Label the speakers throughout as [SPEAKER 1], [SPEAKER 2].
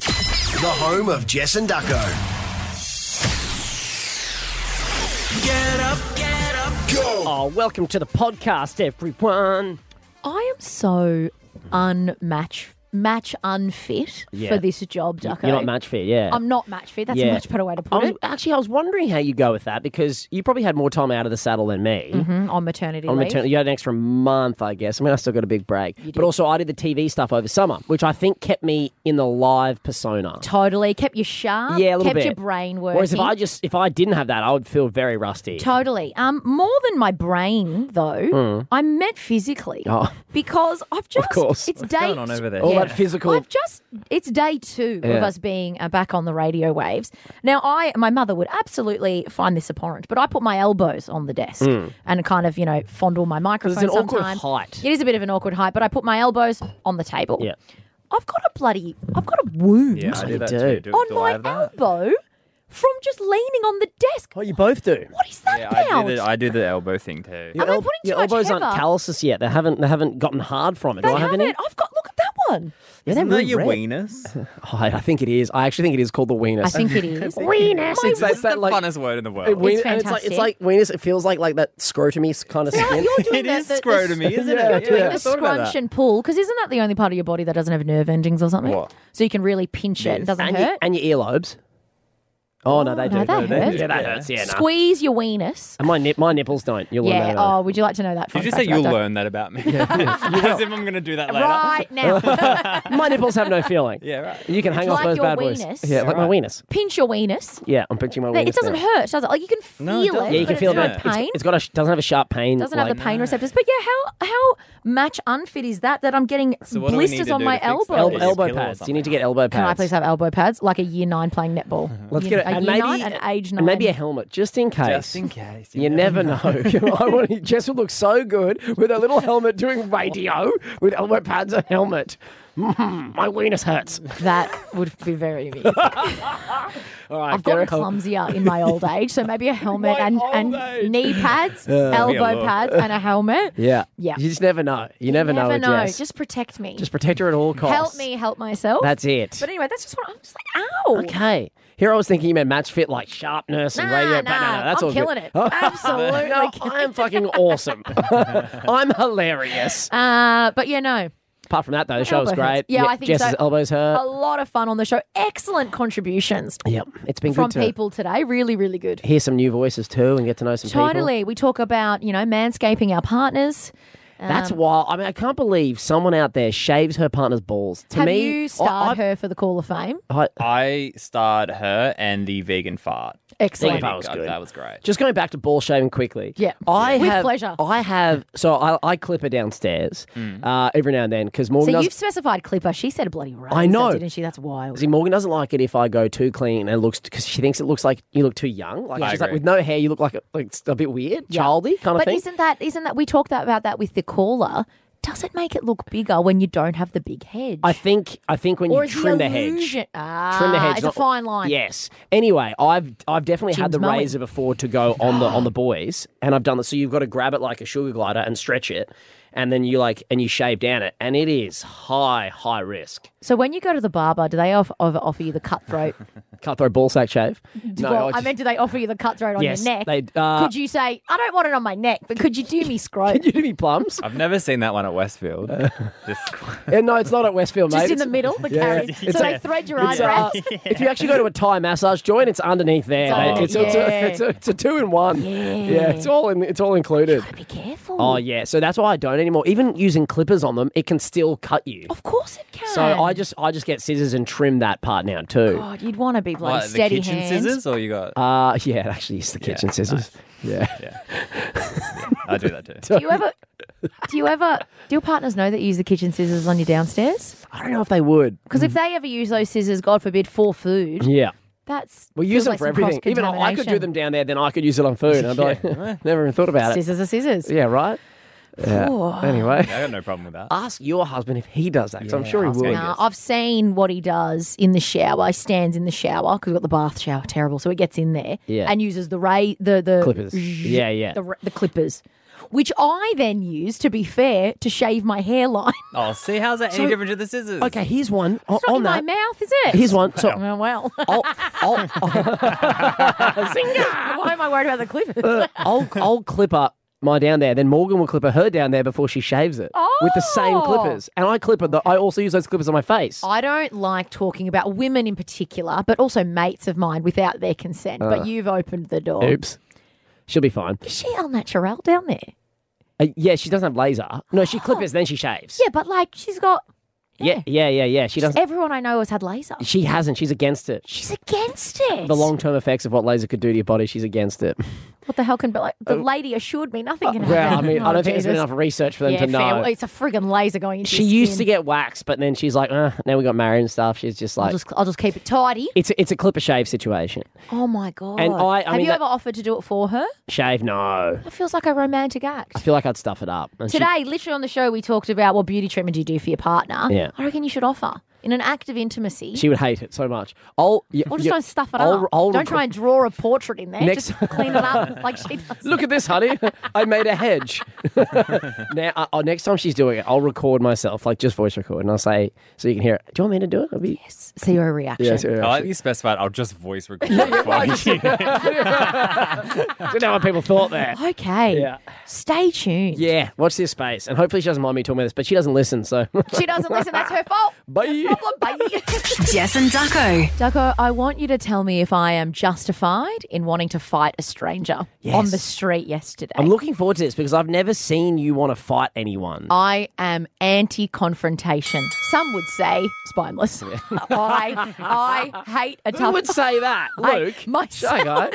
[SPEAKER 1] The home of Jess and Ducko. Get up, get up, go!
[SPEAKER 2] Oh, welcome to the podcast, everyone.
[SPEAKER 3] I am so unmatch match unfit
[SPEAKER 2] Yeah.
[SPEAKER 3] for this job, Ducko.
[SPEAKER 2] You're not match fit, yeah.
[SPEAKER 3] I'm not match fit. That's
[SPEAKER 2] Yeah.
[SPEAKER 3] a much better way to
[SPEAKER 2] I
[SPEAKER 3] put
[SPEAKER 2] was,
[SPEAKER 3] it.
[SPEAKER 2] actually, I was wondering how you go with that because you probably had more time out of the saddle than me.
[SPEAKER 3] Mhm, On maternity
[SPEAKER 2] On
[SPEAKER 3] leave.
[SPEAKER 2] maternity, you had an extra month, I guess. I mean, I still got a big break, but also I did the TV stuff over summer, which I think kept me in the live persona.
[SPEAKER 3] Totally. Kept you sharp.
[SPEAKER 2] Yeah, a little
[SPEAKER 3] Kept
[SPEAKER 2] bit.
[SPEAKER 3] your brain working.
[SPEAKER 2] Whereas if I just if I didn't have that, I would feel very rusty.
[SPEAKER 3] Totally. Um, more than my brain though, I meant physically
[SPEAKER 2] Mm. Oh.
[SPEAKER 3] because I've just.
[SPEAKER 2] course.
[SPEAKER 3] It's day.
[SPEAKER 4] going on over there?
[SPEAKER 2] All
[SPEAKER 3] Yeah.
[SPEAKER 2] that physical.
[SPEAKER 3] I've just it's day two
[SPEAKER 2] Yeah.
[SPEAKER 3] of us being uh, back on the radio waves. Now, I my mother would absolutely find this abhorrent, but I put my elbows on the desk
[SPEAKER 2] Mm.
[SPEAKER 3] and kind of you know fondle my
[SPEAKER 2] It's
[SPEAKER 3] microphone.
[SPEAKER 2] an awkward
[SPEAKER 3] sometimes.
[SPEAKER 2] height.
[SPEAKER 3] It is a bit of an awkward height, but I put my elbows on the table.
[SPEAKER 2] Yeah.
[SPEAKER 3] I've got a bloody I've got a wound
[SPEAKER 4] Yeah, I
[SPEAKER 2] you
[SPEAKER 4] do that
[SPEAKER 2] do.
[SPEAKER 4] too. Do,
[SPEAKER 3] on
[SPEAKER 4] do I
[SPEAKER 3] my
[SPEAKER 4] have that?
[SPEAKER 3] elbow from just leaning on the desk.
[SPEAKER 2] Oh, you both do.
[SPEAKER 3] What is that
[SPEAKER 4] Yeah,
[SPEAKER 3] about?
[SPEAKER 4] I do, the, I do the elbow thing too.
[SPEAKER 2] Your,
[SPEAKER 3] Am I putting too
[SPEAKER 2] your
[SPEAKER 3] much
[SPEAKER 2] elbows aren't
[SPEAKER 3] heather?
[SPEAKER 2] calluses yet. They haven't. They haven't gotten hard from it.
[SPEAKER 3] they
[SPEAKER 2] do I have
[SPEAKER 3] haven't. Oh,
[SPEAKER 2] any?
[SPEAKER 3] I've got look at that one.
[SPEAKER 2] Yeah, they're
[SPEAKER 4] Isn't that
[SPEAKER 2] really
[SPEAKER 4] your
[SPEAKER 2] red.
[SPEAKER 4] weenus?
[SPEAKER 2] Oh, I I think it is. I actually think it is called the weenus.
[SPEAKER 3] I think it is.
[SPEAKER 2] weenus.
[SPEAKER 4] It's,
[SPEAKER 2] that-
[SPEAKER 4] it's the
[SPEAKER 2] that like-
[SPEAKER 4] funnest word in the
[SPEAKER 2] It-
[SPEAKER 4] world.
[SPEAKER 2] ween-
[SPEAKER 3] It's
[SPEAKER 2] and it's like it's like
[SPEAKER 3] fantastic.
[SPEAKER 2] weenus. It feels like like that scrotumy kind of skin.
[SPEAKER 3] You're doing
[SPEAKER 4] It
[SPEAKER 3] the-
[SPEAKER 4] is
[SPEAKER 3] the- the-
[SPEAKER 4] scrotumy, isn't it?
[SPEAKER 2] Yeah,
[SPEAKER 4] Yeah,
[SPEAKER 2] yeah.
[SPEAKER 4] I never
[SPEAKER 3] the
[SPEAKER 4] thought about
[SPEAKER 3] scrunch
[SPEAKER 4] that.
[SPEAKER 3] and pull because isn't that the only part of your body that doesn't have nerve endings or something?
[SPEAKER 4] What?
[SPEAKER 3] So you can really pinch it and doesn't
[SPEAKER 2] and, your,
[SPEAKER 3] hurt.
[SPEAKER 2] and your earlobes. Oh, no, they
[SPEAKER 3] no,
[SPEAKER 2] do.
[SPEAKER 3] that
[SPEAKER 2] they do.
[SPEAKER 3] hurts.
[SPEAKER 2] Yeah, that hurts. Yeah, no.
[SPEAKER 3] Squeeze your weenus.
[SPEAKER 2] And my nip, my nipples don't. You'll learn that.
[SPEAKER 3] Yeah.
[SPEAKER 2] in a-
[SPEAKER 3] Oh, would you like to know that?
[SPEAKER 4] uh, Did
[SPEAKER 3] fun
[SPEAKER 4] you
[SPEAKER 3] fact
[SPEAKER 4] say you'll
[SPEAKER 3] about that?
[SPEAKER 4] learn that about me? As if I'm going to do that later.
[SPEAKER 3] Right now,
[SPEAKER 2] my nipples have no feeling.
[SPEAKER 4] Yeah, right.
[SPEAKER 2] You can hang off
[SPEAKER 3] oh. Like
[SPEAKER 2] those
[SPEAKER 3] your
[SPEAKER 2] bad boys.
[SPEAKER 3] weenus.
[SPEAKER 2] Yeah, like my weenus.
[SPEAKER 3] pinch your weenus.
[SPEAKER 2] Yeah, I'm pinching my weenus.
[SPEAKER 3] It doesn't
[SPEAKER 2] now.
[SPEAKER 3] hurt, does it? Like you can feel
[SPEAKER 4] No, it
[SPEAKER 3] it.
[SPEAKER 4] doesn't.
[SPEAKER 2] Yeah, you can
[SPEAKER 3] but
[SPEAKER 2] feel
[SPEAKER 3] it's
[SPEAKER 2] the
[SPEAKER 3] no
[SPEAKER 2] it's-
[SPEAKER 3] pain.
[SPEAKER 2] it's got a sh- doesn't have a sharp pain.
[SPEAKER 3] doesn't
[SPEAKER 2] like,
[SPEAKER 3] have the pain receptors. But yeah, how how match unfit is that that I'm getting
[SPEAKER 4] what do we need
[SPEAKER 3] blisters
[SPEAKER 4] to
[SPEAKER 3] on
[SPEAKER 4] do
[SPEAKER 3] my
[SPEAKER 4] to fix
[SPEAKER 3] elbow?
[SPEAKER 4] that?
[SPEAKER 2] el-
[SPEAKER 4] Is it
[SPEAKER 2] elbow
[SPEAKER 4] pill or
[SPEAKER 2] pads. You need to get elbow pads.
[SPEAKER 3] Can I please have elbow pads? Like a year nine playing netball.
[SPEAKER 2] Let's
[SPEAKER 3] You
[SPEAKER 2] get it.
[SPEAKER 3] know, a
[SPEAKER 2] and
[SPEAKER 3] year
[SPEAKER 2] maybe
[SPEAKER 3] nine and age nine.
[SPEAKER 2] and maybe a helmet, just in case.
[SPEAKER 4] Just in case.
[SPEAKER 2] You never know. I want to, Jess would look so good with a little helmet doing radio with elbow pads and helmet. Mm, my weenus hurts.
[SPEAKER 3] that would be very amusing.
[SPEAKER 2] All right,
[SPEAKER 3] I've gotten
[SPEAKER 2] Gary, I'll-
[SPEAKER 3] clumsier in my old age, so maybe a helmet
[SPEAKER 2] My
[SPEAKER 3] and,
[SPEAKER 2] old age.
[SPEAKER 3] and knee pads, elbow
[SPEAKER 4] look.
[SPEAKER 3] pads, and a helmet.
[SPEAKER 2] Yeah.
[SPEAKER 3] Yeah.
[SPEAKER 2] You just never know. You never, know.
[SPEAKER 3] Never
[SPEAKER 2] with
[SPEAKER 3] know.
[SPEAKER 2] Jess.
[SPEAKER 3] Just protect me.
[SPEAKER 2] Just protect her at all costs.
[SPEAKER 3] help me, help myself.
[SPEAKER 2] That's it.
[SPEAKER 3] But anyway, that's just what I'm just like. Ow.
[SPEAKER 2] Okay. Here I was thinking you meant match fit like sharpness and
[SPEAKER 3] Nah,
[SPEAKER 2] radio. but
[SPEAKER 3] nah,
[SPEAKER 2] no, no, that's
[SPEAKER 3] I'm
[SPEAKER 2] all
[SPEAKER 3] killing
[SPEAKER 2] good. Oh,
[SPEAKER 3] it. Absolutely.
[SPEAKER 2] No, I am fucking awesome. I'm hilarious.
[SPEAKER 3] Uh, but yeah, no,
[SPEAKER 2] Apart from that, though, the show was
[SPEAKER 3] elbow hurts.
[SPEAKER 2] great.
[SPEAKER 3] Yeah, I think
[SPEAKER 2] Jess's
[SPEAKER 3] so.
[SPEAKER 2] elbows hurt.
[SPEAKER 3] a lot of fun on the show. Excellent contributions
[SPEAKER 2] Yep, it's been
[SPEAKER 3] from
[SPEAKER 2] good to
[SPEAKER 3] people today. Really, really good.
[SPEAKER 2] hear some new voices too and get to know some people.
[SPEAKER 3] Totally. We talk about, you know, manscaping our partners.
[SPEAKER 2] That's
[SPEAKER 3] Um,
[SPEAKER 2] wild. I mean, I can't believe someone out there shaves her partner's balls. To
[SPEAKER 3] Have
[SPEAKER 2] me,
[SPEAKER 3] you
[SPEAKER 2] I, I-
[SPEAKER 3] starred her for the Call of Fame?
[SPEAKER 2] I-
[SPEAKER 4] I starred her and the vegan fart.
[SPEAKER 3] Excellent.
[SPEAKER 2] That was
[SPEAKER 4] God,
[SPEAKER 2] good.
[SPEAKER 4] That was great.
[SPEAKER 2] Just going back to ball shaving quickly.
[SPEAKER 3] Yeah.
[SPEAKER 2] I
[SPEAKER 3] With
[SPEAKER 2] have,
[SPEAKER 3] pleasure.
[SPEAKER 2] I have. So I, I clip her downstairs
[SPEAKER 4] Mm.
[SPEAKER 2] uh, every now and then because Morgan
[SPEAKER 3] So
[SPEAKER 2] does.
[SPEAKER 3] you've specified Clipper. She said a bloody razor,
[SPEAKER 2] I know.
[SPEAKER 3] didn't she? That's wild.
[SPEAKER 2] See, Morgan doesn't like it if I go too clean and it looks because she thinks it looks like you look too young. Like
[SPEAKER 4] I
[SPEAKER 2] she's like
[SPEAKER 4] agree.
[SPEAKER 2] with no hair, you look like a, like it's a bit weird, childy kind of
[SPEAKER 3] But
[SPEAKER 2] thing.
[SPEAKER 3] isn't that isn't that we talked that, about that with the caller? Does it make it look bigger when you don't have the big hedge?
[SPEAKER 2] I think I think when
[SPEAKER 3] or
[SPEAKER 2] you
[SPEAKER 3] is
[SPEAKER 2] trim the, hedge,
[SPEAKER 3] illusion? Ah,
[SPEAKER 2] trim the hedge,
[SPEAKER 3] It's
[SPEAKER 2] not-
[SPEAKER 3] a fine line.
[SPEAKER 2] Yes. Anyway, I've I've definitely had
[SPEAKER 3] Jim's
[SPEAKER 2] the
[SPEAKER 3] mowing. Ah.
[SPEAKER 2] razor before to go on the on the boys, and I've done this. So you've got to grab it like a sugar glider and stretch it, and then you like and you shave down it, and it is high high risk.
[SPEAKER 3] So when you go to the barber, do they off, over offer you the cutthroat?
[SPEAKER 2] Cutthroat ball sack shave. No,
[SPEAKER 3] Mm-hmm. well, I
[SPEAKER 2] just-
[SPEAKER 3] meant, do they offer you the cutthroat on
[SPEAKER 2] Yes,
[SPEAKER 3] your neck?
[SPEAKER 2] they- uh,
[SPEAKER 3] could you say, I don't want it on my neck, but could you do me scrote?
[SPEAKER 2] you do me plums.
[SPEAKER 4] I've never seen that one at Westfield. Just-
[SPEAKER 2] Yeah, no, it's not at Westfield, mate.
[SPEAKER 3] Just in
[SPEAKER 2] It's-
[SPEAKER 3] the middle, the carry. So
[SPEAKER 2] It's
[SPEAKER 3] they
[SPEAKER 2] a-
[SPEAKER 3] thread your
[SPEAKER 2] It's, uh,
[SPEAKER 3] eyebrows.
[SPEAKER 2] if you actually go to a Thai massage joint, it's underneath there.
[SPEAKER 3] Oh,
[SPEAKER 2] mate. It's, it's,
[SPEAKER 3] yeah.
[SPEAKER 2] a, it's, a, it's a two in one.
[SPEAKER 3] Yeah.
[SPEAKER 2] it's all in, it's all included.
[SPEAKER 3] Be careful.
[SPEAKER 2] Oh yeah, so that's why I don't anymore. Even using clippers on them, it can still cut you.
[SPEAKER 3] Of course it can.
[SPEAKER 2] So I just I just get scissors and trim that part now too.
[SPEAKER 3] God, you'd want to be bloody
[SPEAKER 4] What, the
[SPEAKER 3] steady
[SPEAKER 4] kitchen
[SPEAKER 3] hand.
[SPEAKER 4] scissors, or you got?
[SPEAKER 3] Oh.
[SPEAKER 2] Uh yeah, it actually is the kitchen scissors. Yeah.
[SPEAKER 4] I do that too.
[SPEAKER 3] Do you ever? Do you ever? Do your partners know that you use the kitchen scissors on your downstairs?
[SPEAKER 2] I don't know if they would.
[SPEAKER 3] Because if they ever use those scissors, God forbid, for food,
[SPEAKER 2] Yeah.
[SPEAKER 3] that's
[SPEAKER 2] Mm. We
[SPEAKER 3] feels
[SPEAKER 2] use them
[SPEAKER 3] like
[SPEAKER 2] for
[SPEAKER 3] some
[SPEAKER 2] everything. Even I I could do
[SPEAKER 3] cross-contamination.
[SPEAKER 2] them down there, then I could use it on food. And I'd be like, "Eh, never even thought about it.
[SPEAKER 3] Scissors are scissors.
[SPEAKER 2] Yeah, right? Yeah.
[SPEAKER 3] Ooh.
[SPEAKER 2] Anyway.
[SPEAKER 4] I got no problem with that.
[SPEAKER 2] Ask your husband if he does that, 'cause I'm sure he
[SPEAKER 4] ask
[SPEAKER 2] will.
[SPEAKER 4] him.
[SPEAKER 3] Now, I've seen what he does in the shower. He stands in the shower because we've got the bath shower, terrible. So he gets in there
[SPEAKER 2] Yeah.
[SPEAKER 3] and uses the ray, the the
[SPEAKER 2] Clippers. Yeah, yeah.
[SPEAKER 3] the, ra- the clippers. which I then use, to be fair, to shave my hairline.
[SPEAKER 4] Oh, see, how's that any different to the scissors?
[SPEAKER 2] Okay, here's one o-
[SPEAKER 3] It's not
[SPEAKER 2] on
[SPEAKER 3] in my
[SPEAKER 2] that.
[SPEAKER 3] mouth, is it?
[SPEAKER 2] Here's one. So,
[SPEAKER 3] Oh, well,
[SPEAKER 2] I'll, I'll,
[SPEAKER 3] why am I worried about the
[SPEAKER 2] Uh.
[SPEAKER 3] clippers?
[SPEAKER 2] I'll, I'll clip up my down there. Then Morgan will clip her- her down there before she shaves it with the same
[SPEAKER 3] Oh.
[SPEAKER 2] clippers. And I clip it. though I also use those clippers on my face.
[SPEAKER 3] I don't like talking about women in particular, but also mates of mine without their consent. but you've opened the door.
[SPEAKER 2] Uh. Oops. She'll be fine.
[SPEAKER 3] Is she al natural down there?
[SPEAKER 2] Uh, yeah, she doesn't have laser. No, she clippers, then she shaves.
[SPEAKER 3] Yeah, but like she's got
[SPEAKER 2] Yeah, yeah, yeah, yeah. She doesn't.
[SPEAKER 3] everyone I know has had laser.
[SPEAKER 2] She hasn't. She's against it.
[SPEAKER 3] She's against it.
[SPEAKER 2] The long term effects of what laser could do to your body, she's against it.
[SPEAKER 3] what the hell can be like? The lady assured me nothing can
[SPEAKER 2] Oh.
[SPEAKER 3] happen.
[SPEAKER 2] Uh, Well, I mean,
[SPEAKER 3] Oh,
[SPEAKER 2] I don't think there's been
[SPEAKER 3] Jesus.
[SPEAKER 2] enough research for them
[SPEAKER 3] Yeah,
[SPEAKER 2] to
[SPEAKER 3] fair.
[SPEAKER 2] know.
[SPEAKER 3] Well, It's a friggin' laser going into.
[SPEAKER 2] She used to get waxed, but then she's like, uh, now we got married and stuff. She's just
[SPEAKER 3] I'll
[SPEAKER 2] like,
[SPEAKER 3] just, I'll just keep it tidy.
[SPEAKER 2] it's a, it's a clipper shave situation.
[SPEAKER 3] Oh my god!
[SPEAKER 2] And I- I
[SPEAKER 3] have
[SPEAKER 2] mean
[SPEAKER 3] you
[SPEAKER 2] that-
[SPEAKER 3] ever offered to do it for her?
[SPEAKER 2] Shave, no.
[SPEAKER 3] That feels like a romantic act.
[SPEAKER 2] I feel like I'd stuff it up. And she-
[SPEAKER 3] Today, literally on the show, we talked about what beauty treatment do you do for your partner.
[SPEAKER 2] Yeah.
[SPEAKER 3] I reckon you should offer in an act of intimacy.
[SPEAKER 2] she, would hate it so much. I'll, y-
[SPEAKER 3] or just
[SPEAKER 2] y-
[SPEAKER 3] don't stuff it
[SPEAKER 2] I'll-
[SPEAKER 3] up.
[SPEAKER 2] I'll
[SPEAKER 3] don't
[SPEAKER 2] rec-
[SPEAKER 3] try and draw a portrait in there.
[SPEAKER 2] Next-
[SPEAKER 3] Just clean it up like she does.
[SPEAKER 2] Look at this, honey. I made a hedge. now, uh, uh, next time she's doing it, I'll record myself, like just voice record, and I'll say, so you can hear it. Do you want me to do it? I'll be, yes.
[SPEAKER 3] See your reaction.
[SPEAKER 4] I like that you specified. I'll just voice record. it for you.
[SPEAKER 2] Didn't know what people thought there.
[SPEAKER 3] Okay.
[SPEAKER 2] Yeah.
[SPEAKER 3] Stay tuned.
[SPEAKER 2] Yeah, watch this space. And hopefully she doesn't mind me talking about this, but she doesn't listen, so.
[SPEAKER 3] She doesn't listen. That's her fault.
[SPEAKER 2] Bye.
[SPEAKER 3] Problem, baby.
[SPEAKER 5] Jess and Ducko.
[SPEAKER 3] Ducko, I want you to tell me if I am justified in wanting to fight a stranger on the
[SPEAKER 2] Yes.
[SPEAKER 3] street yesterday.
[SPEAKER 2] I'm looking forward to this because I've never seen you want to fight anyone.
[SPEAKER 3] I am anti confrontation. Some would say spineless. I I hate a tough
[SPEAKER 2] Who would say that?
[SPEAKER 3] I-
[SPEAKER 2] Luke.
[SPEAKER 3] myself.
[SPEAKER 2] Shy guy.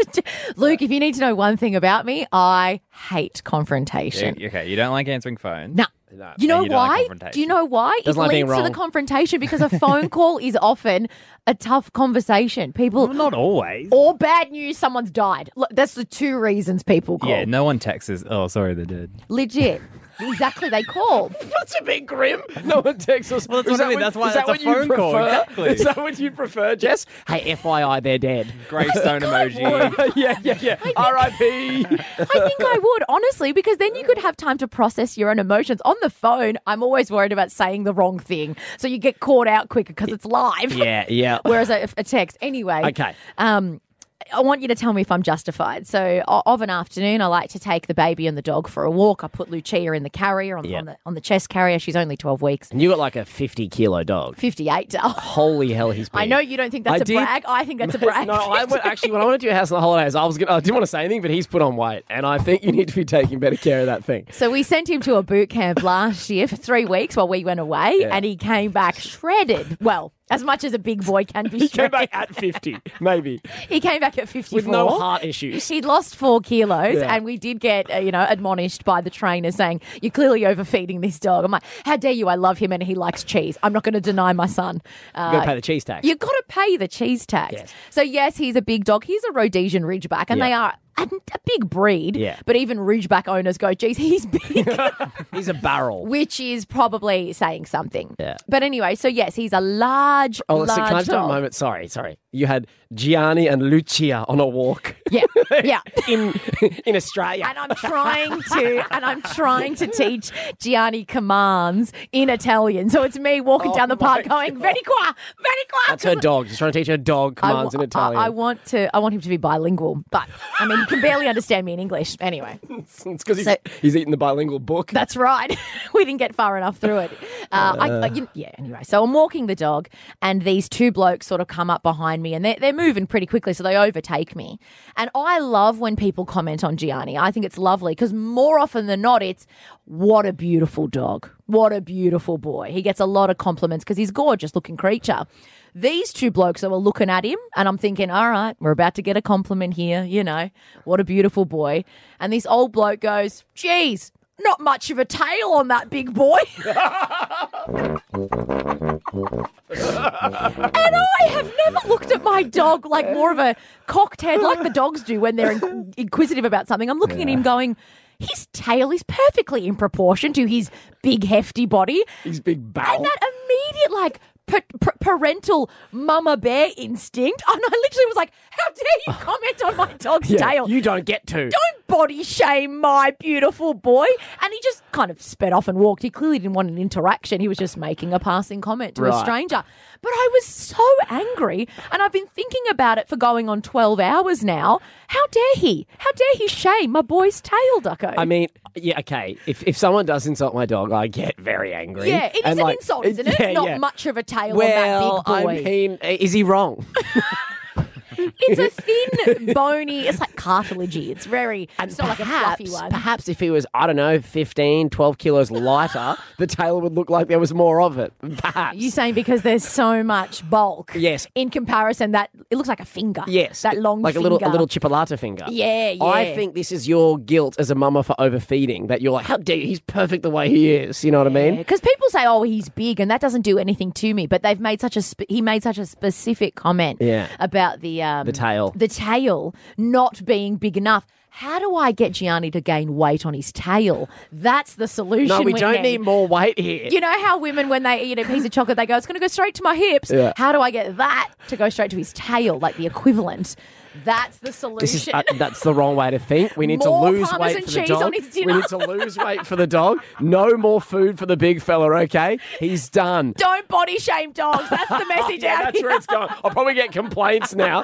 [SPEAKER 3] Luke, if you need to know one thing about me, I hate confrontation.
[SPEAKER 4] You- okay, you don't like answering phones.
[SPEAKER 3] No. You know
[SPEAKER 4] And you don't like
[SPEAKER 3] why?
[SPEAKER 4] confrontation.
[SPEAKER 3] Do you know why?
[SPEAKER 2] Doesn't
[SPEAKER 3] it
[SPEAKER 2] like being
[SPEAKER 3] leads to the
[SPEAKER 2] wrong.
[SPEAKER 3] confrontation because a phone call is often a tough conversation. People
[SPEAKER 4] Not always.
[SPEAKER 3] or bad news, someone's died. Look, that's the two reasons people call.
[SPEAKER 4] Yeah, no one texts. Oh, sorry, they did.
[SPEAKER 3] Legit. exactly, they call.
[SPEAKER 2] That's a bit grim. No one texts us.
[SPEAKER 4] Well, that's what I mean. That's why that's a phone call, exactly.
[SPEAKER 2] Is that what you prefer, Jess? Hey, FYI, they're dead.
[SPEAKER 4] Gravestone emoji.
[SPEAKER 2] yeah, yeah, yeah. R.I.P.
[SPEAKER 3] I think I would, honestly, because then you could have time to process your own emotions. On the phone, I'm always worried about saying the wrong thing. So you get caught out quicker because it's live.
[SPEAKER 2] yeah, yeah.
[SPEAKER 3] Whereas a, a text, anyway.
[SPEAKER 2] Okay.
[SPEAKER 3] Um, I want you to tell me if I'm justified. So, o- of an afternoon, I like to take the baby and the dog for a walk. I put Lucia in the carrier on,
[SPEAKER 2] Yeah.
[SPEAKER 3] on the on the chest carrier. She's only 12 weeks,
[SPEAKER 2] You got like a 50 kilo dog.
[SPEAKER 3] 58. Oh,
[SPEAKER 2] Holy hell, he's big.
[SPEAKER 3] I know you don't think
[SPEAKER 2] I
[SPEAKER 3] that's a
[SPEAKER 2] did-
[SPEAKER 3] brag. I think that's a brag.
[SPEAKER 2] No, I went, actually when I went to your house on the holidays, I was gonna, I didn't want to say anything, but he's put on weight, and I think you need to be taking better care of that thing.
[SPEAKER 3] So we sent him to a boot camp last year for three weeks while we went away, and he came back shredded. Well, as much as a big boy can be
[SPEAKER 2] Came
[SPEAKER 3] shredded.
[SPEAKER 2] back at 50, maybe,
[SPEAKER 3] he came back at 54.
[SPEAKER 2] with no heart issues.
[SPEAKER 3] He'd lost four kilos,
[SPEAKER 2] Yeah.
[SPEAKER 3] and we did get, uh, you know, admonished by the trainer saying, You're clearly overfeeding this dog. I'm like, How dare you? I love him and he likes cheese. I'm not going to deny my son. Uh,
[SPEAKER 2] You gotta pay the cheese tax.
[SPEAKER 3] you got to pay the cheese tax.
[SPEAKER 2] Yes.
[SPEAKER 3] So, yes, he's a big dog. He's a Rhodesian Ridgeback, and
[SPEAKER 2] Yeah.
[SPEAKER 3] they are a, a big breed.
[SPEAKER 2] Yeah.
[SPEAKER 3] But even Ridgeback owners go, Geez, he's big.
[SPEAKER 2] he's a barrel.
[SPEAKER 3] which is probably saying something.
[SPEAKER 2] Yeah.
[SPEAKER 3] But anyway, so yes, he's a large,
[SPEAKER 2] Oh,
[SPEAKER 3] large
[SPEAKER 2] listen, can I just have a
[SPEAKER 3] dog.
[SPEAKER 2] moment? Sorry, sorry. You had Gianni and Lucia on a walk
[SPEAKER 3] Yeah, yeah.
[SPEAKER 2] in in Australia.
[SPEAKER 3] And I'm trying to, and I'm trying to teach Gianni commands in Italian. So it's me walking down the park, going "Veni qua, veni qua."
[SPEAKER 2] Oh That's her dog. She's trying to teach her dog
[SPEAKER 3] I
[SPEAKER 2] commands
[SPEAKER 3] wa-
[SPEAKER 2] in Italian.
[SPEAKER 3] I, I want to. I want him to be bilingual, but I mean, he can barely understand me in English. Anyway,
[SPEAKER 2] it's because he's,
[SPEAKER 3] so-
[SPEAKER 2] he's eating the bilingual book.
[SPEAKER 3] That's right. we didn't get far enough through it. Uh, I, I- you- yeah, anyway. So I'm walking the dog, and these two blokes sort of come up behind me, and they're, they're moving pretty quickly, so they overtake me. And I love when people comment on Gianni. I think it's lovely because more often than not, it's what a beautiful dog. What a beautiful boy. He gets a lot of compliments because he's a gorgeous looking creature. These two blokes that were looking at him, and I'm thinking, all right, we're about to get a compliment here, you know, what a beautiful boy. And this old bloke goes, geez, not much of a tail on that big boy. and I have never looked at my dog like more of a cocked head, like the dogs do when they're in- inquisitive about something. I'm looking at him going, his tail is perfectly in proportion to his big, hefty body.
[SPEAKER 2] He's big
[SPEAKER 3] And
[SPEAKER 2] barrel.
[SPEAKER 3] that immediate, like, pa- pa- parental mama bear instinct. And I literally was like, how dare you comment on my dog's tail?
[SPEAKER 2] You don't get to.
[SPEAKER 3] don't body shame my beautiful boy. And he just kind of sped off and walked. He clearly didn't want an interaction. He was just making a passing comment to a
[SPEAKER 2] Right.
[SPEAKER 3] stranger. But I was so angry. And I've been thinking about it for going on 12 hours now. How dare he? How dare he shame my boy's tail, Ducko?
[SPEAKER 2] I mean, yeah, okay. If if someone does insult my dog, I get very angry.
[SPEAKER 3] yeah, it is
[SPEAKER 2] And,
[SPEAKER 3] an
[SPEAKER 2] like,
[SPEAKER 3] insult, isn't it?
[SPEAKER 2] yeah,
[SPEAKER 3] Not
[SPEAKER 2] yeah.
[SPEAKER 3] much of a tail
[SPEAKER 2] Well,
[SPEAKER 3] on that big boy.
[SPEAKER 2] I mean, is he wrong?
[SPEAKER 3] It's a thin, bony, it's like cartilagey. It's very, it's not like a fluffy one.
[SPEAKER 2] Perhaps if he was, I don't know, 15, 12 kilos lighter, the tail would look like there was more of it. Perhaps.
[SPEAKER 3] You saying because there's so much bulk?
[SPEAKER 2] Yes.
[SPEAKER 3] In comparison, that it looks like a finger.
[SPEAKER 2] yes.
[SPEAKER 3] That long,
[SPEAKER 2] Like
[SPEAKER 3] finger.
[SPEAKER 2] a little a little chipolata finger.
[SPEAKER 3] Yeah, yeah.
[SPEAKER 2] I think this is your guilt as a mama for overfeeding, that you're like, how dare you? He's perfect the way he is. You know what I mean?
[SPEAKER 3] Because people say, "Oh, he's big," and that doesn't do anything to me. But they've made such a sp- he made such a specific comment
[SPEAKER 2] Yeah.
[SPEAKER 3] about the um, the
[SPEAKER 2] tail.
[SPEAKER 3] the tail not being big enough. How do I get Gianni to gain weight on his tail? That's the solution.
[SPEAKER 2] No, we don't
[SPEAKER 3] need
[SPEAKER 2] need more weight here.
[SPEAKER 3] You know how women, when they eat a piece of chocolate, they go, it's going to go straight to my hips.
[SPEAKER 2] Yeah.
[SPEAKER 3] How do I get that to go straight to his tail, like the equivalent? That's the solution.
[SPEAKER 2] This is, uh, that's the wrong way to think. We need
[SPEAKER 3] More
[SPEAKER 2] to lose
[SPEAKER 3] Parmesan
[SPEAKER 2] weight for the
[SPEAKER 3] cheese
[SPEAKER 2] dog.
[SPEAKER 3] on his
[SPEAKER 2] we
[SPEAKER 3] dinner.
[SPEAKER 2] need to lose weight for the dog. No more food for the big fella, okay? He's done.
[SPEAKER 3] Don't body shame dogs. That's the message
[SPEAKER 2] Yeah,
[SPEAKER 3] out
[SPEAKER 2] that's
[SPEAKER 3] here.
[SPEAKER 2] where it's going. I'll probably get complaints now.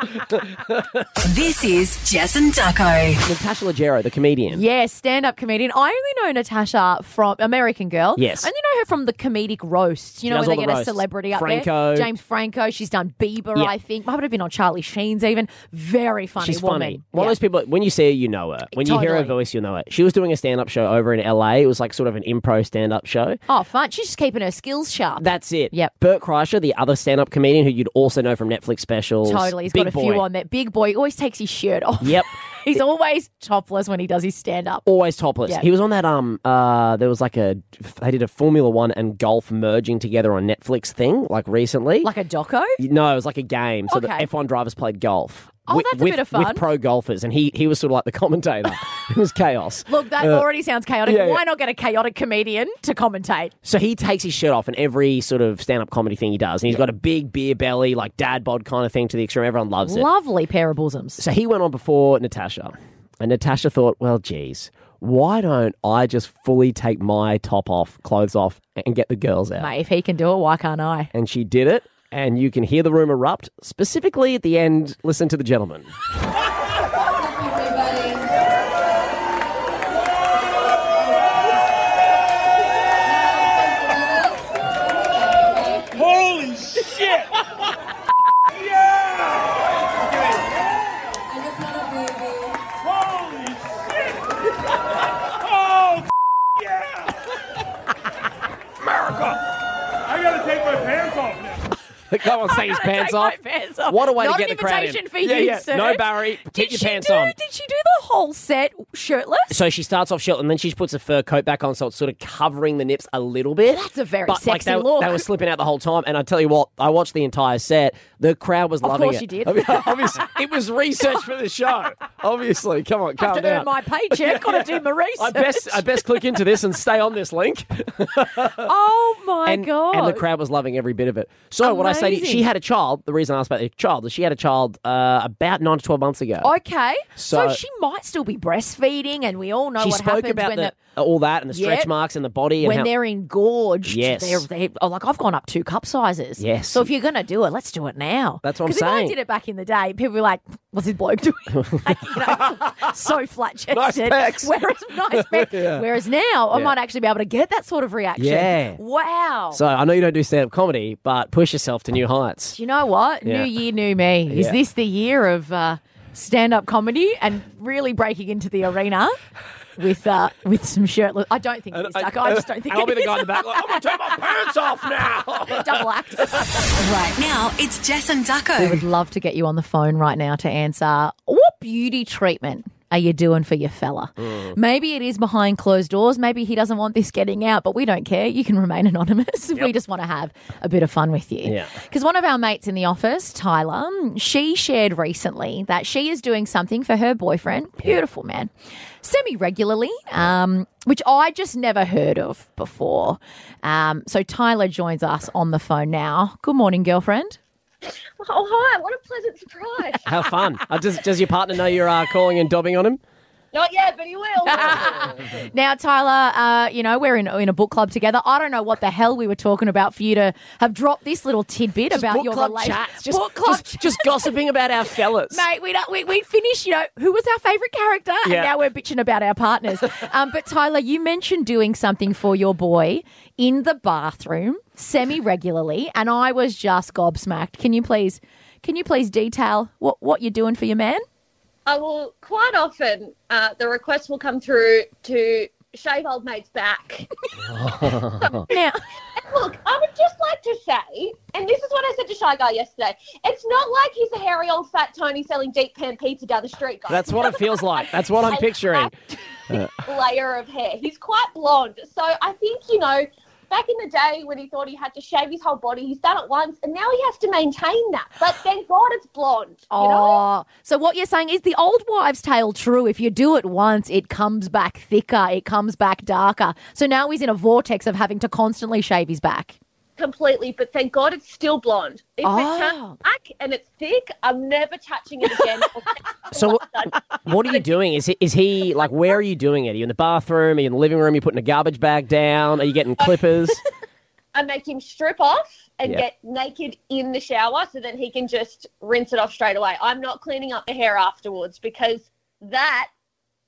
[SPEAKER 5] This is Jess and Ducko.
[SPEAKER 2] Natasha Leggero, the comedian.
[SPEAKER 3] Yes, stand-up comedian. I only know Natasha from American Girl.
[SPEAKER 2] Yes.
[SPEAKER 3] I only know her from the comedic roasts. You know
[SPEAKER 2] does
[SPEAKER 3] when
[SPEAKER 2] all
[SPEAKER 3] they
[SPEAKER 2] the
[SPEAKER 3] get a
[SPEAKER 2] roasts.
[SPEAKER 3] celebrity up
[SPEAKER 2] Franco.
[SPEAKER 3] there, James Franco. She's done Bieber,
[SPEAKER 2] Yeah.
[SPEAKER 3] I think. Might have been on Charlie Sheen's even. Very funny
[SPEAKER 2] She's
[SPEAKER 3] woman.
[SPEAKER 2] funny. One
[SPEAKER 3] Yeah.
[SPEAKER 2] of those people, when you see her, you know her. When you hear her
[SPEAKER 3] Totally.
[SPEAKER 2] voice, you know it. She was doing a stand up show over in LA. It was like sort of an improv stand up show.
[SPEAKER 3] Oh, fun. She's just keeping her skills sharp.
[SPEAKER 2] That's it.
[SPEAKER 3] Yep.
[SPEAKER 2] Bert Kreischer, the other stand up comedian who you'd also know from Netflix specials.
[SPEAKER 3] Totally. he's
[SPEAKER 2] Big
[SPEAKER 3] got a
[SPEAKER 2] boy.
[SPEAKER 3] few on there. Big boy always takes his shirt off.
[SPEAKER 2] Yep.
[SPEAKER 3] he's always topless when he does his stand up.
[SPEAKER 2] always topless.
[SPEAKER 3] Yeah.
[SPEAKER 2] He was on that um uh there was like a they did a Formula 1 and golf merging together on Netflix thing like recently.
[SPEAKER 3] Like a doco?
[SPEAKER 2] no, it was like a game. So
[SPEAKER 3] Okay.
[SPEAKER 2] the F1 drivers played golf.
[SPEAKER 3] Oh,
[SPEAKER 2] with,
[SPEAKER 3] that's a
[SPEAKER 2] with-
[SPEAKER 3] bit of fun.
[SPEAKER 2] With pro golfers and he he was sort of like the commentator. it was chaos. Uh,
[SPEAKER 3] Look, that already sounds chaotic.
[SPEAKER 2] yeah, yeah.
[SPEAKER 3] Why not get a chaotic comedian to commentate?
[SPEAKER 2] So he takes his shirt off in every sort of stand-up comedy thing he does and he's got a big beer belly like dad bod kind of thing to the extreme. Everyone loves it.
[SPEAKER 3] Lovely pair of bosoms.
[SPEAKER 2] So he went on before Natasha, and Natasha thought, well, geez, why don't I just fully take my top off, clothes off, and get the girls out?
[SPEAKER 3] Mate, if he can do it, why can't I?
[SPEAKER 2] And she did it, and you can hear the room erupt. Specifically at the end, listen to the gentleman.
[SPEAKER 6] everybody.
[SPEAKER 1] Holy shit!
[SPEAKER 6] I just want to be you.
[SPEAKER 1] Holy shit! Oh, yeah! America! I gotta take my pants off now.
[SPEAKER 2] Come on, take his pants off. What a way to get the crowd in. yeah, yeah. No, Barry, keep your pants on.
[SPEAKER 3] Did she do the whole set shirtless?
[SPEAKER 2] So she starts off short, and then she puts a fur coat back on, so it's sort of covering the nips a little bit.
[SPEAKER 3] That's a very
[SPEAKER 2] but, like,
[SPEAKER 3] sexy
[SPEAKER 2] they,
[SPEAKER 3] look.
[SPEAKER 2] They were slipping out the whole time, and I tell you what, I watched the entire set. The crowd was loving
[SPEAKER 3] course
[SPEAKER 2] it.
[SPEAKER 3] you did.
[SPEAKER 2] I mean, obviously, it was research for the show. Obviously, come on,
[SPEAKER 3] I
[SPEAKER 2] calm
[SPEAKER 3] have to
[SPEAKER 2] down.
[SPEAKER 3] earn my paycheck. Got to do my research.
[SPEAKER 2] I best I best click into this and stay on this link.
[SPEAKER 3] oh my
[SPEAKER 2] and,
[SPEAKER 3] god!
[SPEAKER 2] and the crowd was loving every bit of it. So what I say to you,
[SPEAKER 3] Amazing.
[SPEAKER 2] she had a child. The reason I asked about the child is she had a child uh, about nine to twelve months ago.
[SPEAKER 3] Okay, so,
[SPEAKER 2] So-
[SPEAKER 3] she might still be breastfeeding, and we all know
[SPEAKER 2] she
[SPEAKER 3] what
[SPEAKER 2] spoke
[SPEAKER 3] happens
[SPEAKER 2] about
[SPEAKER 3] when
[SPEAKER 2] the, all that and the stretch
[SPEAKER 3] Yep.
[SPEAKER 2] marks and the body and
[SPEAKER 3] when
[SPEAKER 2] how,
[SPEAKER 3] they're engorged.
[SPEAKER 2] Yes.
[SPEAKER 3] they're, they oh, like I've gone up two cup sizes.
[SPEAKER 2] Yes.
[SPEAKER 3] So if you're gonna do it, let's do it now.
[SPEAKER 2] That's what I'm
[SPEAKER 3] 'Cause if
[SPEAKER 2] saying.
[SPEAKER 3] I did it back in the day, people were like, "What's this bloke doing?" Like, you know, so flat chested.
[SPEAKER 2] Nice pecs.
[SPEAKER 3] Whereas nice pecs. Whereas now, I
[SPEAKER 2] Yeah.
[SPEAKER 3] might actually be able to get that sort of reaction.
[SPEAKER 2] Yeah.
[SPEAKER 3] Wow.
[SPEAKER 2] So I know you don't do stand up comedy, but push yourself to new heights.
[SPEAKER 3] do you know what?
[SPEAKER 2] Yeah.
[SPEAKER 3] New year, new me. Is
[SPEAKER 2] Yeah.
[SPEAKER 3] this the year of uh, stand up comedy and really breaking into the arena? With uh, with some shirtless, I don't think it is. Duck. I just don't think
[SPEAKER 2] And I'll be
[SPEAKER 3] it
[SPEAKER 2] the
[SPEAKER 3] is.
[SPEAKER 2] guy in the back. Like, I'm gonna take my pants off now.
[SPEAKER 3] double act.
[SPEAKER 5] Right now, it's Jess and
[SPEAKER 3] We
[SPEAKER 5] Ducko.
[SPEAKER 3] would love to get you on the phone right now to answer what beauty treatment are you doing for your fella? Maybe it is behind closed doors. Maybe he doesn't want this getting out, but we don't care. You can remain anonymous. We just want to have a bit of fun with you.
[SPEAKER 2] Yeah.
[SPEAKER 3] Because one of our mates in the office, Tyler, she shared recently that she is doing something for her boyfriend, beautiful man, semi regularly, um, which I just never heard of before. Um, so Tyler joins us on the phone now. Good morning, girlfriend.
[SPEAKER 6] Oh hi! What a pleasant surprise.
[SPEAKER 2] How fun. Uh, does, does your partner know you're uh, calling and dobbing on him?
[SPEAKER 6] Not yet, but he will.
[SPEAKER 3] Now, Tyler, uh, you know, we're in, in a book club together. I don't know what the hell we were talking about for you to have dropped this little tidbit about your relationship.
[SPEAKER 2] Just,
[SPEAKER 3] book club
[SPEAKER 2] just, just gossiping about our fellas.
[SPEAKER 3] Mate, we, don't, we we finish. You know who was our favourite character, and
[SPEAKER 2] Yeah.
[SPEAKER 3] now we're bitching about our partners. um, but Tyler, you mentioned doing something for your boy in the bathroom semi regularly, and I was just gobsmacked. Can you please, can you please detail what what you're doing for your man?
[SPEAKER 6] I will quite often. Uh, the request will come through to shave old mate's back.
[SPEAKER 3] Now,
[SPEAKER 6] Look, I would just like to say, and this is what I said to Shy Guy yesterday. It's not like he's a hairy old fat Tony selling deep pan pizza down the street, guys.
[SPEAKER 2] That's what it feels like. That's what I'm picturing.
[SPEAKER 6] layer of hair. He's quite blonde, so I think you know. Back in the day when he thought he had to shave his whole body, he's done it once, and now he has to maintain that. But thank God it's blonde. You know?
[SPEAKER 3] oh, so what you're saying is the old wives' tale true? If you do it once, it comes back thicker, it comes back darker. So now he's in a vortex of having to constantly shave his back.
[SPEAKER 6] completely, but thank God it's still blonde. If
[SPEAKER 3] Oh.
[SPEAKER 6] it comes back and it's thick, I'm never touching it again.
[SPEAKER 2] So, what are you doing? Is he, is he like? Where are you doing it? Are you in the bathroom? Are you in the living room? Are you putting a garbage bag down? Are you getting clippers?
[SPEAKER 6] I make him strip off and
[SPEAKER 2] Yeah.
[SPEAKER 6] get naked in the shower so then he can just rinse it off straight away. I'm not cleaning up the hair afterwards because that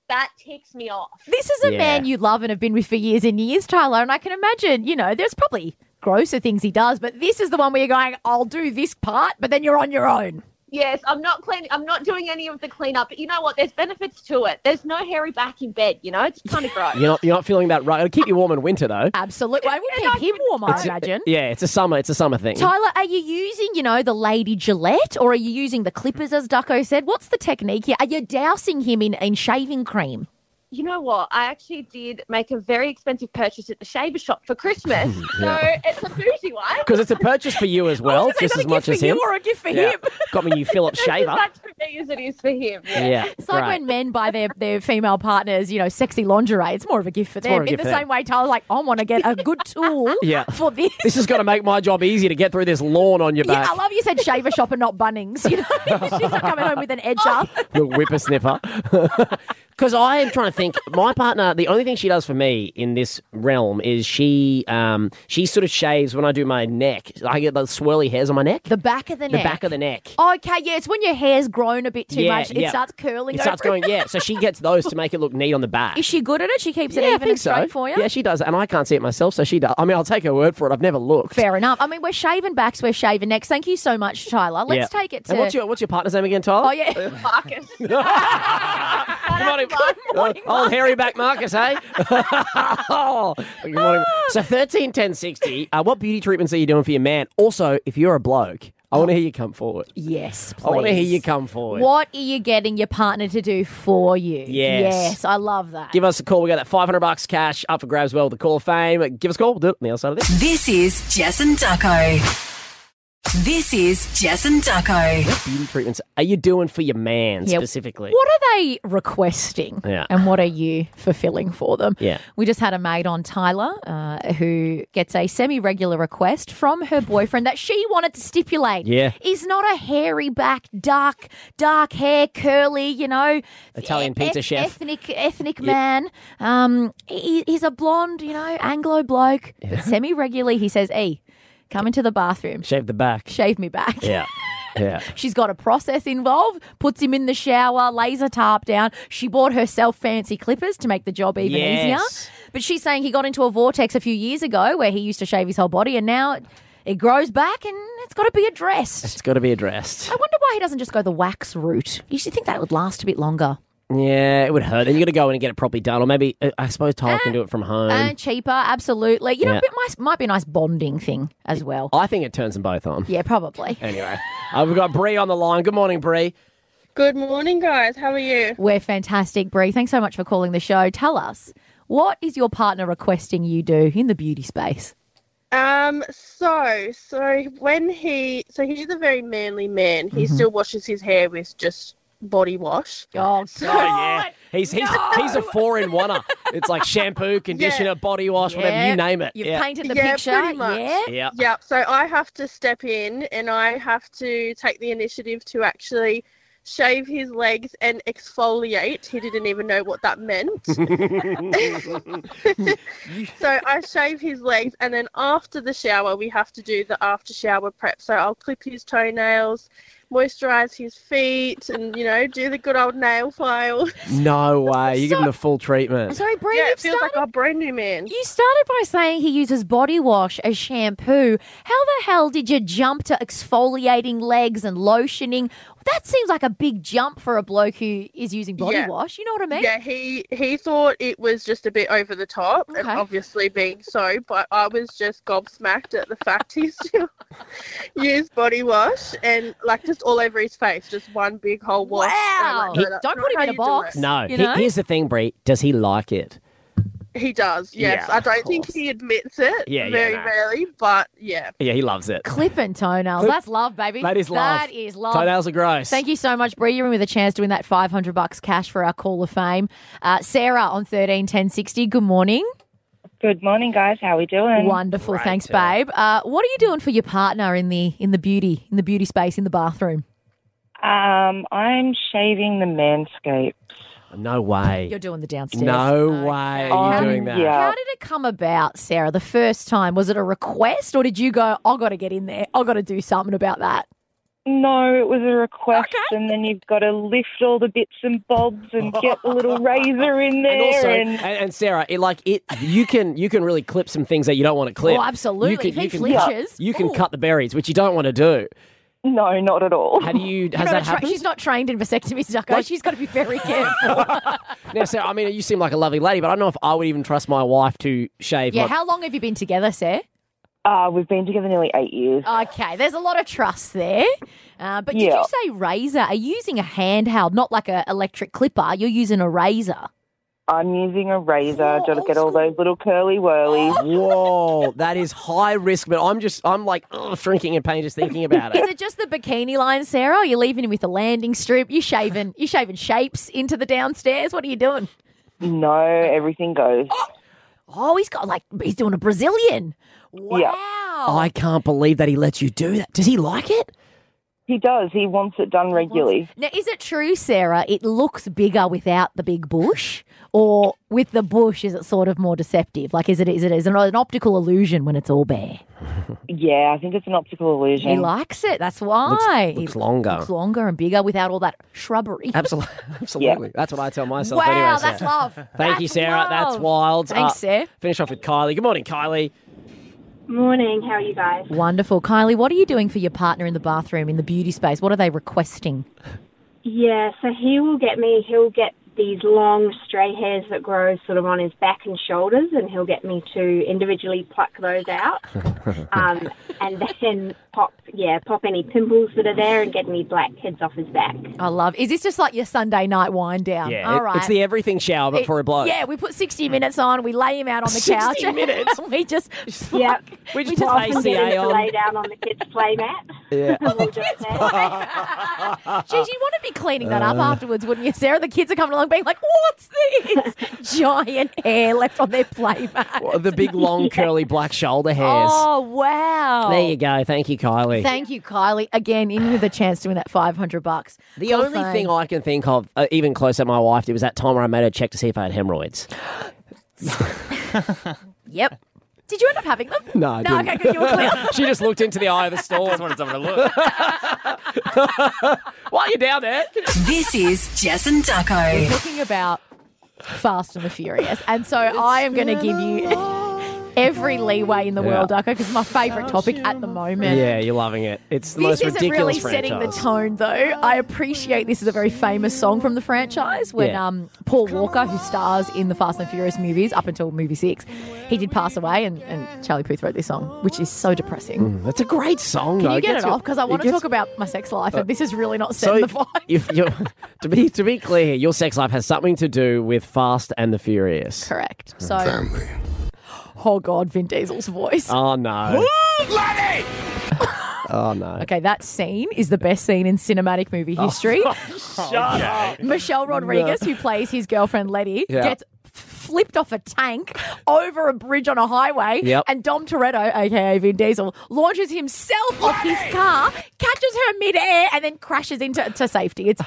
[SPEAKER 6] that ticks me off.
[SPEAKER 3] This is a
[SPEAKER 2] Yeah.
[SPEAKER 3] man you love and have been with for years and years, Tyler. And I can imagine, you know, there's probably grosser things he does, but this is the one where you're going, I'll do this part, but then you're on your own.
[SPEAKER 6] Yes, I'm not cleaning I'm not doing any of the cleanup, but you know what? There's benefits to it. There's no hairy back in bed, you know? It's kind of gross.
[SPEAKER 2] You're not you're not feeling that right. It'll keep you warm in winter though.
[SPEAKER 3] Absolutely. I would keep him warm, I imagine.
[SPEAKER 2] Yeah, it's a summer. It's a summer thing.
[SPEAKER 3] Tyler, are you using, you know, the Lady Gillette or are you using the clippers, as Ducko said? What's the technique here? Are you dousing him in, in shaving cream?
[SPEAKER 6] you know what? I actually did make a very expensive purchase at the shaver shop for Christmas.
[SPEAKER 2] Yeah.
[SPEAKER 6] So it's a bougie one.
[SPEAKER 2] Because it's a purchase for you as well, just as much as him.
[SPEAKER 3] a gift for
[SPEAKER 2] Yeah. Got me new Phillips
[SPEAKER 6] It's as
[SPEAKER 2] shaver.
[SPEAKER 6] much for me as it is for him. Yeah.
[SPEAKER 2] Yeah,
[SPEAKER 3] It's like
[SPEAKER 2] great.
[SPEAKER 3] when men buy their, their female partners, you know, sexy lingerie. It's more of a gift for
[SPEAKER 2] more of
[SPEAKER 3] them.
[SPEAKER 2] a
[SPEAKER 3] In
[SPEAKER 2] gift
[SPEAKER 3] the
[SPEAKER 2] for them.
[SPEAKER 3] same way, Tyler's like, I want to get a good tool
[SPEAKER 2] Yeah.
[SPEAKER 3] for this.
[SPEAKER 2] this is going to make my job easier to get through this lawn on your
[SPEAKER 3] Yeah,
[SPEAKER 2] back.
[SPEAKER 3] I love you said shaver shop and not Bunnings. You know, she's not coming home with an edge up.
[SPEAKER 2] the whippersnapper. Because I am trying to think, my partner, the only thing she does for me in this realm is she, um, she sort of shaves when I do my neck. I get those swirly hairs on my neck,
[SPEAKER 3] The back of the
[SPEAKER 2] the
[SPEAKER 3] neck.
[SPEAKER 2] back of the neck.
[SPEAKER 3] Okay, yeah, it's when your hair's grown a bit too
[SPEAKER 2] Yeah,
[SPEAKER 3] much. It
[SPEAKER 2] yeah.
[SPEAKER 3] starts curling.
[SPEAKER 2] It starts
[SPEAKER 3] over.
[SPEAKER 2] going, yeah. So she gets those to make it look neat on the back.
[SPEAKER 3] Is she good at it? She keeps it
[SPEAKER 2] yeah, I
[SPEAKER 3] even
[SPEAKER 2] think
[SPEAKER 3] and
[SPEAKER 2] so.
[SPEAKER 3] straight for you.
[SPEAKER 2] Yeah, she does, and I can't see it myself, so she does. I mean, I'll take her word for it. I've never looked.
[SPEAKER 3] Fair enough. I mean, we're shaving backs, we're shaving necks. Thank you so much, Tyler. Let's
[SPEAKER 2] Yeah.
[SPEAKER 3] take it to.
[SPEAKER 2] And what's your what's your partner's name again, Tyler?
[SPEAKER 3] oh yeah.
[SPEAKER 6] Marcus.
[SPEAKER 2] Good morning, Marcus. Old hairy back Marcus, hey? oh, good morning. So thirteen ten sixty. Uh, what beauty treatments are you doing for your man? Also, if you're a bloke, I want to hear you come forward.
[SPEAKER 3] Yes, please.
[SPEAKER 2] I want to hear you come forward.
[SPEAKER 3] What are you getting your partner to do for you?
[SPEAKER 2] Yes.
[SPEAKER 3] Yes, I love that.
[SPEAKER 2] Give us a call. We got that five hundred bucks cash up for grabs. Well, the call of fame. Give us a call. We'll do it on the other side of this.
[SPEAKER 5] This is Jess and Ducko. This is Jess and Ducko.
[SPEAKER 2] What beauty treatments are you doing for your man
[SPEAKER 3] Yeah.
[SPEAKER 2] specifically?
[SPEAKER 3] What are they requesting?
[SPEAKER 2] Yeah.
[SPEAKER 3] And what are you fulfilling for them?
[SPEAKER 2] Yeah.
[SPEAKER 3] We just had a maid on Tyler uh, who gets a semi regular request from her boyfriend that she wanted to stipulate.
[SPEAKER 2] Yeah.
[SPEAKER 3] Is not a hairy back, dark, dark hair, curly, you know. e-
[SPEAKER 2] Italian pizza chef.
[SPEAKER 3] Ethnic, ethnic man. Um, he, he's a blonde, you know, Anglo bloke. But semi regularly, he says, E, come into the bathroom,
[SPEAKER 2] Shave the back.
[SPEAKER 3] shave me back.
[SPEAKER 2] Yeah, yeah.
[SPEAKER 3] She's got a process involved, puts him in the shower, lays a tarp down. She bought herself fancy clippers to make the job even
[SPEAKER 2] Yes.
[SPEAKER 3] easier. But she's saying he got into a vortex a few years ago where he used to shave his whole body and now it, it grows back and it's got to be addressed.
[SPEAKER 2] It's got to be addressed.
[SPEAKER 3] I wonder why he doesn't just go the wax route. You should think that would last a bit longer.
[SPEAKER 2] Yeah, it would hurt. Then you got to go in and get it properly done, or maybe uh, I suppose Tyler can do it from home.
[SPEAKER 3] And Uh, cheaper, absolutely. You know,
[SPEAKER 2] Um, Yeah. Oh.
[SPEAKER 3] it might, might be a nice bonding thing as well.
[SPEAKER 2] I think it turns them both on.
[SPEAKER 3] Yeah, probably.
[SPEAKER 2] Anyway, uh, we've got Bree on the line. Good morning, Bree.
[SPEAKER 7] Good morning, guys. How are you?
[SPEAKER 3] We're fantastic, Brie. Thanks so much for calling the show. Tell us, what is your partner requesting you do in the beauty space?
[SPEAKER 7] Um, so, so when he, so he's a very manly man. He still washes his hair with just body wash.
[SPEAKER 3] Oh,
[SPEAKER 2] yeah. He's he's he's a four in one. It's like shampoo, conditioner, body wash, whatever you name it.
[SPEAKER 3] You've
[SPEAKER 2] yeah.
[SPEAKER 3] painted the
[SPEAKER 7] Yeah,
[SPEAKER 3] picture.
[SPEAKER 7] pretty much.
[SPEAKER 3] Yeah.
[SPEAKER 2] yeah.
[SPEAKER 7] Yep. So I have to step in and I have to take the initiative to actually shave his legs and exfoliate. He didn't even know what that meant. so I shave his legs and then after the shower we have to do the after shower prep. So I'll clip his toenails, moisturize his feet and you know, do the good old nail file.
[SPEAKER 2] No way. You give him the full treatment.
[SPEAKER 3] Sorry, Brie,
[SPEAKER 7] yeah,
[SPEAKER 3] you've
[SPEAKER 7] it feels
[SPEAKER 3] started.
[SPEAKER 7] like a brand new man.
[SPEAKER 3] you started by saying he uses body wash as shampoo. How the hell did you jump to exfoliating legs and lotioning? That seems like a big jump for a bloke who is using body
[SPEAKER 7] Yeah.
[SPEAKER 3] wash. You know what I mean?
[SPEAKER 7] Yeah, he he thought it was just a bit over the top, and
[SPEAKER 3] Okay.
[SPEAKER 7] obviously being so. But I was just gobsmacked at the fact he still used body wash and like just all over his face, just one big whole wash. Oh And I'm
[SPEAKER 3] Wow.
[SPEAKER 7] like,
[SPEAKER 3] He-
[SPEAKER 7] that's
[SPEAKER 3] don't
[SPEAKER 7] not
[SPEAKER 3] put him
[SPEAKER 7] how
[SPEAKER 3] in a
[SPEAKER 7] you do
[SPEAKER 3] box.
[SPEAKER 7] it.
[SPEAKER 2] No.
[SPEAKER 3] You
[SPEAKER 2] He-
[SPEAKER 3] know?
[SPEAKER 2] here's the thing, Bree. Does he like it?
[SPEAKER 7] He does. Yes,
[SPEAKER 2] Yeah,
[SPEAKER 7] I
[SPEAKER 2] of
[SPEAKER 7] don't think
[SPEAKER 2] course.
[SPEAKER 7] he admits it.
[SPEAKER 2] Yeah, yeah,
[SPEAKER 7] very
[SPEAKER 2] no.
[SPEAKER 7] rarely, but yeah.
[SPEAKER 2] Yeah, he loves it.
[SPEAKER 3] Clipping toenails.
[SPEAKER 2] Clip-
[SPEAKER 3] That's love, baby.
[SPEAKER 2] That is love.
[SPEAKER 3] That is love.
[SPEAKER 2] Toenails are gross.
[SPEAKER 3] Thank you so much, Bree. You're in with a chance to win that 500 bucks cash for our Call of Fame. Uh, Sarah on 131060. Good morning.
[SPEAKER 8] Good morning, guys. How we doing?
[SPEAKER 3] Wonderful. Thanks, babe. Uh, what are you doing for your partner in the in the beauty in the beauty space in the bathroom?
[SPEAKER 8] Um, I'm shaving the manscape.
[SPEAKER 2] No way.
[SPEAKER 3] You're doing the downstairs.
[SPEAKER 2] No way you're
[SPEAKER 8] Um,
[SPEAKER 2] doing that.
[SPEAKER 8] yeah.
[SPEAKER 3] How did it come about, Sarah? The first time was it a request, or did you go? I got to get in there. I got to do something about that.
[SPEAKER 8] No, it was a request, and then you've got to lift all the bits and bobs and get the little razor in there.
[SPEAKER 2] And also, and,
[SPEAKER 8] and-
[SPEAKER 2] and Sarah, it, like it, you can you can really clip some things that you don't want to clip.
[SPEAKER 3] Oh, absolutely.
[SPEAKER 2] You can,
[SPEAKER 3] If he
[SPEAKER 2] you can,
[SPEAKER 3] flinches,
[SPEAKER 2] you can
[SPEAKER 3] ooh.
[SPEAKER 2] cut the berries, which you don't want to do.
[SPEAKER 8] no, not at all.
[SPEAKER 2] How do you? Has
[SPEAKER 3] Not a
[SPEAKER 2] that
[SPEAKER 3] tra-
[SPEAKER 2] happened?
[SPEAKER 3] she's not trained in vasectomy, Zucko. she's got to be very careful.
[SPEAKER 2] Now, Sarah, I mean, you seem like a lovely lady, but I don't know if I would even trust my wife to shave.
[SPEAKER 3] yeah.
[SPEAKER 2] my-
[SPEAKER 3] How long have you been together, Sarah?
[SPEAKER 8] Uh, we've been together nearly eight years.
[SPEAKER 3] Okay, there's a lot of trust there. Uh, but did
[SPEAKER 8] Yeah.
[SPEAKER 3] you say razor? Are you using a handheld, not like an electric clipper? You're using a razor.
[SPEAKER 8] I'm using a razor
[SPEAKER 3] Oh,
[SPEAKER 8] to
[SPEAKER 3] old
[SPEAKER 8] get all those little curly whirlies.
[SPEAKER 2] Whoa, that is high risk, but I'm just, I'm like ugh, shrinking in pain just thinking about
[SPEAKER 3] Is
[SPEAKER 2] it.
[SPEAKER 3] it just the bikini line, Sarah? Are you leaving him with a landing strip? You shaving? You shaving shapes into the downstairs? What are you doing?
[SPEAKER 8] No, everything goes.
[SPEAKER 3] Oh, he's got like he's doing a Brazilian. Wow.
[SPEAKER 8] Yeah.
[SPEAKER 2] I can't believe that he lets you do that. Does he like it?
[SPEAKER 8] He does. He wants it done regularly.
[SPEAKER 3] Now, is it true, Sarah? It looks bigger without the big bush, or with the bush, is it sort of more deceptive? Like, is it is it is it an optical illusion when it's all bare?
[SPEAKER 8] Yeah, I think it's an optical illusion.
[SPEAKER 3] He likes it. That's why.
[SPEAKER 2] Looks
[SPEAKER 3] He
[SPEAKER 2] longer.
[SPEAKER 3] looks longer and bigger without all that shrubbery.
[SPEAKER 2] Absolutely, absolutely. That's what I tell myself.
[SPEAKER 3] wow,
[SPEAKER 2] anyway,
[SPEAKER 3] that's
[SPEAKER 2] Sarah.
[SPEAKER 3] love.
[SPEAKER 2] Thank you,
[SPEAKER 3] That's
[SPEAKER 2] Sarah. That's
[SPEAKER 3] love.
[SPEAKER 2] wild.
[SPEAKER 3] Thanks,
[SPEAKER 2] Uh,
[SPEAKER 3] Sarah.
[SPEAKER 2] Finish off with Kylie. Good morning, Kylie.
[SPEAKER 7] Morning. How are you guys?
[SPEAKER 3] Wonderful. Kylie, what are you doing for your partner in the bathroom, in the beauty space? What are they requesting?
[SPEAKER 9] Yeah, so he will get me, he'll get these long stray hairs that grow sort of on his back and shoulders, and he'll get me to individually pluck those out um, and then pop, yeah, pop any pimples that are there and get any blackheads off his back.
[SPEAKER 3] I love. Is this just like your Sunday night wind down?
[SPEAKER 2] Yeah,
[SPEAKER 3] All
[SPEAKER 2] it-
[SPEAKER 3] right.
[SPEAKER 2] it's the everything shower, but
[SPEAKER 3] It-
[SPEAKER 2] for a bloke.
[SPEAKER 3] Yeah, we put 60 minutes on, we lay him out on the
[SPEAKER 2] 60
[SPEAKER 3] couch.
[SPEAKER 2] minutes?
[SPEAKER 3] and we just.
[SPEAKER 9] Yeah,
[SPEAKER 2] We just
[SPEAKER 9] We'll
[SPEAKER 2] put
[SPEAKER 9] often get him
[SPEAKER 2] ACA
[SPEAKER 9] to lay
[SPEAKER 2] on.
[SPEAKER 9] down on the kids' play mat.
[SPEAKER 2] Yeah.
[SPEAKER 9] and we'll just say,
[SPEAKER 3] Geez, you want to be cleaning that
[SPEAKER 2] Uh.
[SPEAKER 3] up afterwards, wouldn't you, Sarah? The kids are coming along being like, what's this? Giant hair left on their play mat.
[SPEAKER 2] Well, the big, long, curly black shoulder hairs.
[SPEAKER 3] Oh, wow.
[SPEAKER 2] There you go. Thank you, Kylie.
[SPEAKER 3] Thank you, Kylie. Again, in with a chance to win that 500 bucks.
[SPEAKER 2] the only thing I can think of, uh, even close at my wife, did was that time where I made her check to see if I had hemorrhoids.
[SPEAKER 3] Yep. Did you end up having them?
[SPEAKER 2] No, I
[SPEAKER 3] No,
[SPEAKER 2] didn't.
[SPEAKER 3] okay, good. You were clear.
[SPEAKER 2] She just looked into the eye of the storm.
[SPEAKER 4] Just wanted someone to look.
[SPEAKER 2] Why are you down there?
[SPEAKER 5] This is Jess and Ducko.
[SPEAKER 3] Talking about Fast and the Furious. And so I am going to give you. every leeway in the
[SPEAKER 2] Yeah.
[SPEAKER 3] world, Darko, because my favourite topic at the moment.
[SPEAKER 2] Yeah, you're loving it. It's the
[SPEAKER 3] This
[SPEAKER 2] most
[SPEAKER 3] isn't
[SPEAKER 2] ridiculous
[SPEAKER 3] really
[SPEAKER 2] franchise.
[SPEAKER 3] setting the tone, though. I appreciate this is a very famous song from the franchise. When
[SPEAKER 2] Yeah.
[SPEAKER 3] um, Paul Walker, who stars in the Fast and Furious movies up until movie six, he did pass away, and, and Charlie Puth wrote this song, which is so depressing.
[SPEAKER 2] That's a great song.
[SPEAKER 3] Can
[SPEAKER 2] though. Mm.
[SPEAKER 3] you
[SPEAKER 2] It
[SPEAKER 3] get it
[SPEAKER 2] gets
[SPEAKER 3] off? Because I
[SPEAKER 2] it
[SPEAKER 3] want to
[SPEAKER 2] gets- Uh,
[SPEAKER 3] talk about my sex life, and this is really not
[SPEAKER 2] So
[SPEAKER 3] setting the vibe.
[SPEAKER 2] if you're, to be to be clear, your sex life has something to do with Fast and the Furious.
[SPEAKER 3] Correct. So, oh god, Vin Diesel's voice.
[SPEAKER 2] Oh no! oh no!
[SPEAKER 3] Okay, that scene is the best scene in cinematic movie
[SPEAKER 2] Oh,
[SPEAKER 3] history. Michelle Rodriguez, who plays his girlfriend Letty,
[SPEAKER 2] Yeah.
[SPEAKER 3] gets f- flipped off a tank over a bridge on a highway,
[SPEAKER 2] Yep.
[SPEAKER 3] and Dom Toretto, aka Vin Diesel, launches himself off his car, catches her midair, and then crashes into to safety. It's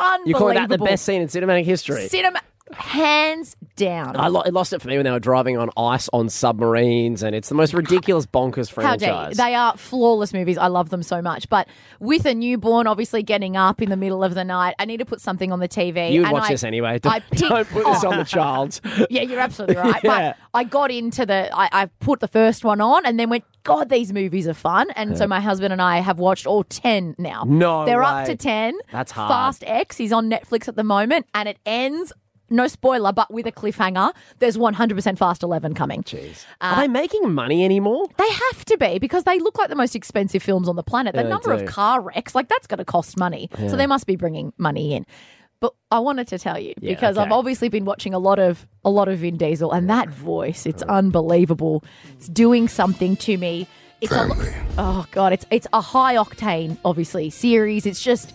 [SPEAKER 3] unbelievable.
[SPEAKER 2] You call that the best scene in cinematic history?
[SPEAKER 3] cinema, hands down.
[SPEAKER 2] I lo- it lost it for me when they were driving on ice on submarines, and it's the most ridiculous bonkers
[SPEAKER 3] How dare you.
[SPEAKER 2] franchise.
[SPEAKER 3] They are flawless movies. I love them so much. But with a newborn, obviously getting up in the middle of the night, I need to put something on the TV.
[SPEAKER 2] You'd
[SPEAKER 3] and
[SPEAKER 2] watch
[SPEAKER 3] I-
[SPEAKER 2] this anyway. Don't,
[SPEAKER 3] I pick-
[SPEAKER 2] don't put this
[SPEAKER 3] Oh.
[SPEAKER 2] on the child.
[SPEAKER 3] Yeah, you're absolutely right.
[SPEAKER 2] Yeah.
[SPEAKER 3] But I got into the, I, I put the first one on and then went, God, these movies are fun. And so my husband and I have watched all 10 now.
[SPEAKER 2] No
[SPEAKER 3] They're up
[SPEAKER 2] way.
[SPEAKER 3] to 10.
[SPEAKER 2] That's hard.
[SPEAKER 3] Fast X is on Netflix at the moment and it ends. No spoiler, but with a cliffhanger. There's 100% Fast 11 coming. Jeez.
[SPEAKER 2] Are they making money anymore?
[SPEAKER 3] They have to be because they look like the most expensive films on the planet. The
[SPEAKER 2] they
[SPEAKER 3] number of
[SPEAKER 2] do.
[SPEAKER 3] car wrecks, like that's going to cost money. So they must be bringing money in. But I wanted to tell you because I've
[SPEAKER 2] okay.
[SPEAKER 3] obviously been watching a lot of a lot of Vin Diesel and that voice, it's unbelievable. It's doing something to me. It's a, oh god, it's it's a high octane obviously series. It's just